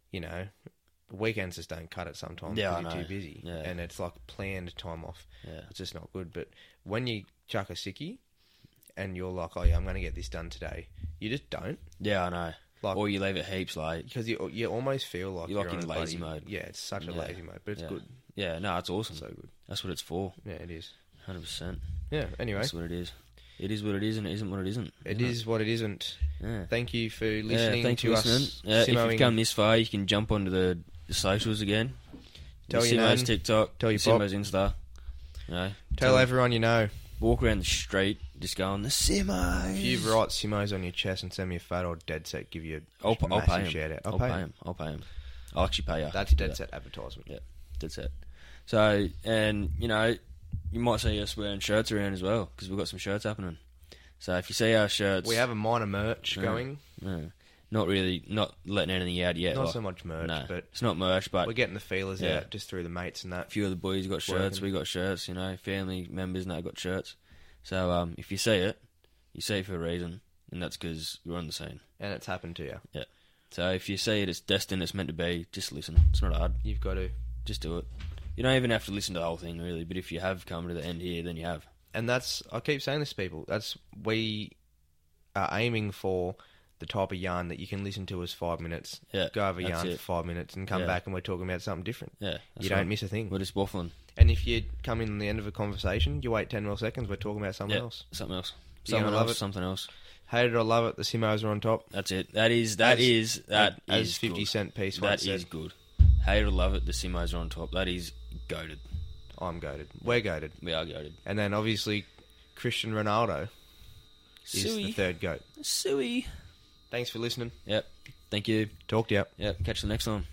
[SPEAKER 2] You know, weekends just don't cut it sometimes.
[SPEAKER 1] Yeah,
[SPEAKER 2] 'cause
[SPEAKER 1] I know.
[SPEAKER 2] you're too busy,
[SPEAKER 1] Yeah.
[SPEAKER 2] and it's like planned time off.
[SPEAKER 1] Yeah.
[SPEAKER 2] It's just not good. But when you chuck a sickie, and you're like, oh yeah, I'm going to get this done today, you just don't
[SPEAKER 1] Yeah, I know.
[SPEAKER 2] Like-
[SPEAKER 1] or you leave it heaps late.
[SPEAKER 2] because you you almost feel like
[SPEAKER 1] You're like
[SPEAKER 2] on
[SPEAKER 1] in
[SPEAKER 2] a
[SPEAKER 1] lazy
[SPEAKER 2] bloody-
[SPEAKER 1] mode.
[SPEAKER 2] Yeah, it's such a
[SPEAKER 1] Yeah.
[SPEAKER 2] lazy mode, but it's
[SPEAKER 1] yeah. Mm.
[SPEAKER 2] good.
[SPEAKER 1] Yeah, no, it's awesome.
[SPEAKER 2] So good.
[SPEAKER 1] That's what it's for.
[SPEAKER 2] Yeah, it is.
[SPEAKER 1] 100%.
[SPEAKER 2] Yeah. Anyway,
[SPEAKER 1] That's what it is. It is what it is, and it isn't what it isn't.
[SPEAKER 2] it
[SPEAKER 1] isn't
[SPEAKER 2] is what it isn't.
[SPEAKER 1] Yeah.
[SPEAKER 2] Thank you for
[SPEAKER 1] Yeah,
[SPEAKER 2] listening
[SPEAKER 1] thanks
[SPEAKER 2] to
[SPEAKER 1] for
[SPEAKER 2] us.
[SPEAKER 1] listening. Uh, if
[SPEAKER 2] Simoing.
[SPEAKER 1] you've come this far, you can jump onto the, the socials again.
[SPEAKER 2] Tell your
[SPEAKER 1] Simo's
[SPEAKER 2] nan,
[SPEAKER 1] TikTok,
[SPEAKER 2] tell your pop.
[SPEAKER 1] Simo's Insta. You know,
[SPEAKER 2] tell
[SPEAKER 1] tell-
[SPEAKER 2] everyone you know.
[SPEAKER 1] walk around the street, just going the Simo's.
[SPEAKER 2] If you've write Simo's on your chest and send me a photo, I'll dead set give you a
[SPEAKER 1] I'll, p- I'll
[SPEAKER 2] massive
[SPEAKER 1] pay him.
[SPEAKER 2] shout out.
[SPEAKER 1] I'll, pay him. I'll pay him. I'll actually pay you.
[SPEAKER 2] That's dead
[SPEAKER 1] Yeah.
[SPEAKER 2] set advertisement.
[SPEAKER 1] Yeah, that's it. So, and you know, you might see us wearing shirts around as well because we've got some shirts happening. So if you see our shirts,
[SPEAKER 2] We have a minor merch
[SPEAKER 1] Yeah.
[SPEAKER 2] going.
[SPEAKER 1] Yeah. not really not letting anything out yet.
[SPEAKER 2] Not
[SPEAKER 1] like-
[SPEAKER 2] so much merch,
[SPEAKER 1] no,
[SPEAKER 2] but
[SPEAKER 1] it's not merch, but
[SPEAKER 2] we're getting the feelers
[SPEAKER 1] Yeah.
[SPEAKER 2] out just through the mates and
[SPEAKER 1] a
[SPEAKER 2] that.
[SPEAKER 1] few of the boys got shirts.
[SPEAKER 2] Working.
[SPEAKER 1] We got shirts. You know, family members now got shirts. So um, if you see it, you see it for a reason, and that's because you're on the scene.
[SPEAKER 2] And it's happened to you.
[SPEAKER 1] Yeah. So if you see it, it's destined. It's meant to be. Just listen. It's not hard.
[SPEAKER 2] You've got to.
[SPEAKER 1] Just do it. You don't even have to listen to the whole thing, really. But if you have come to the end here, then you have.
[SPEAKER 2] and that's I keep saying this to people. That's we are aiming for the type of yarn that you can listen to as five minutes,
[SPEAKER 1] Yeah,
[SPEAKER 2] go over
[SPEAKER 1] that's
[SPEAKER 2] yarn
[SPEAKER 1] it.
[SPEAKER 2] for five minutes, and come
[SPEAKER 1] Yeah.
[SPEAKER 2] back and we're talking about something different.
[SPEAKER 1] Yeah, that's
[SPEAKER 2] you don't
[SPEAKER 1] right.
[SPEAKER 2] miss a thing.
[SPEAKER 1] We're just waffling.
[SPEAKER 2] And if you come in the end of a conversation, you wait ten more seconds. We're talking about something
[SPEAKER 1] Yeah,
[SPEAKER 2] else.
[SPEAKER 1] something else.
[SPEAKER 2] You're gonna
[SPEAKER 1] Someone
[SPEAKER 2] love
[SPEAKER 1] else.
[SPEAKER 2] it.
[SPEAKER 1] Something else.
[SPEAKER 2] Hate it or love it, the Simos are on top.
[SPEAKER 1] That's it. That is. That
[SPEAKER 2] As-
[SPEAKER 1] is. That
[SPEAKER 2] as
[SPEAKER 1] is
[SPEAKER 2] Fifty
[SPEAKER 1] good.
[SPEAKER 2] Cent piece.
[SPEAKER 1] That
[SPEAKER 2] once
[SPEAKER 1] is
[SPEAKER 2] said,
[SPEAKER 1] good. Hate or love it, the Simos are on top. That is goaded.
[SPEAKER 2] I'm goaded. We're goaded.
[SPEAKER 1] We are goaded.
[SPEAKER 2] And then obviously, Christian Ronaldo is the
[SPEAKER 1] Suey.
[SPEAKER 2] third goat.
[SPEAKER 1] Suey.
[SPEAKER 2] Thanks for listening.
[SPEAKER 1] Yep. Thank you.
[SPEAKER 2] Talked out.
[SPEAKER 1] Yep. Catch you next time.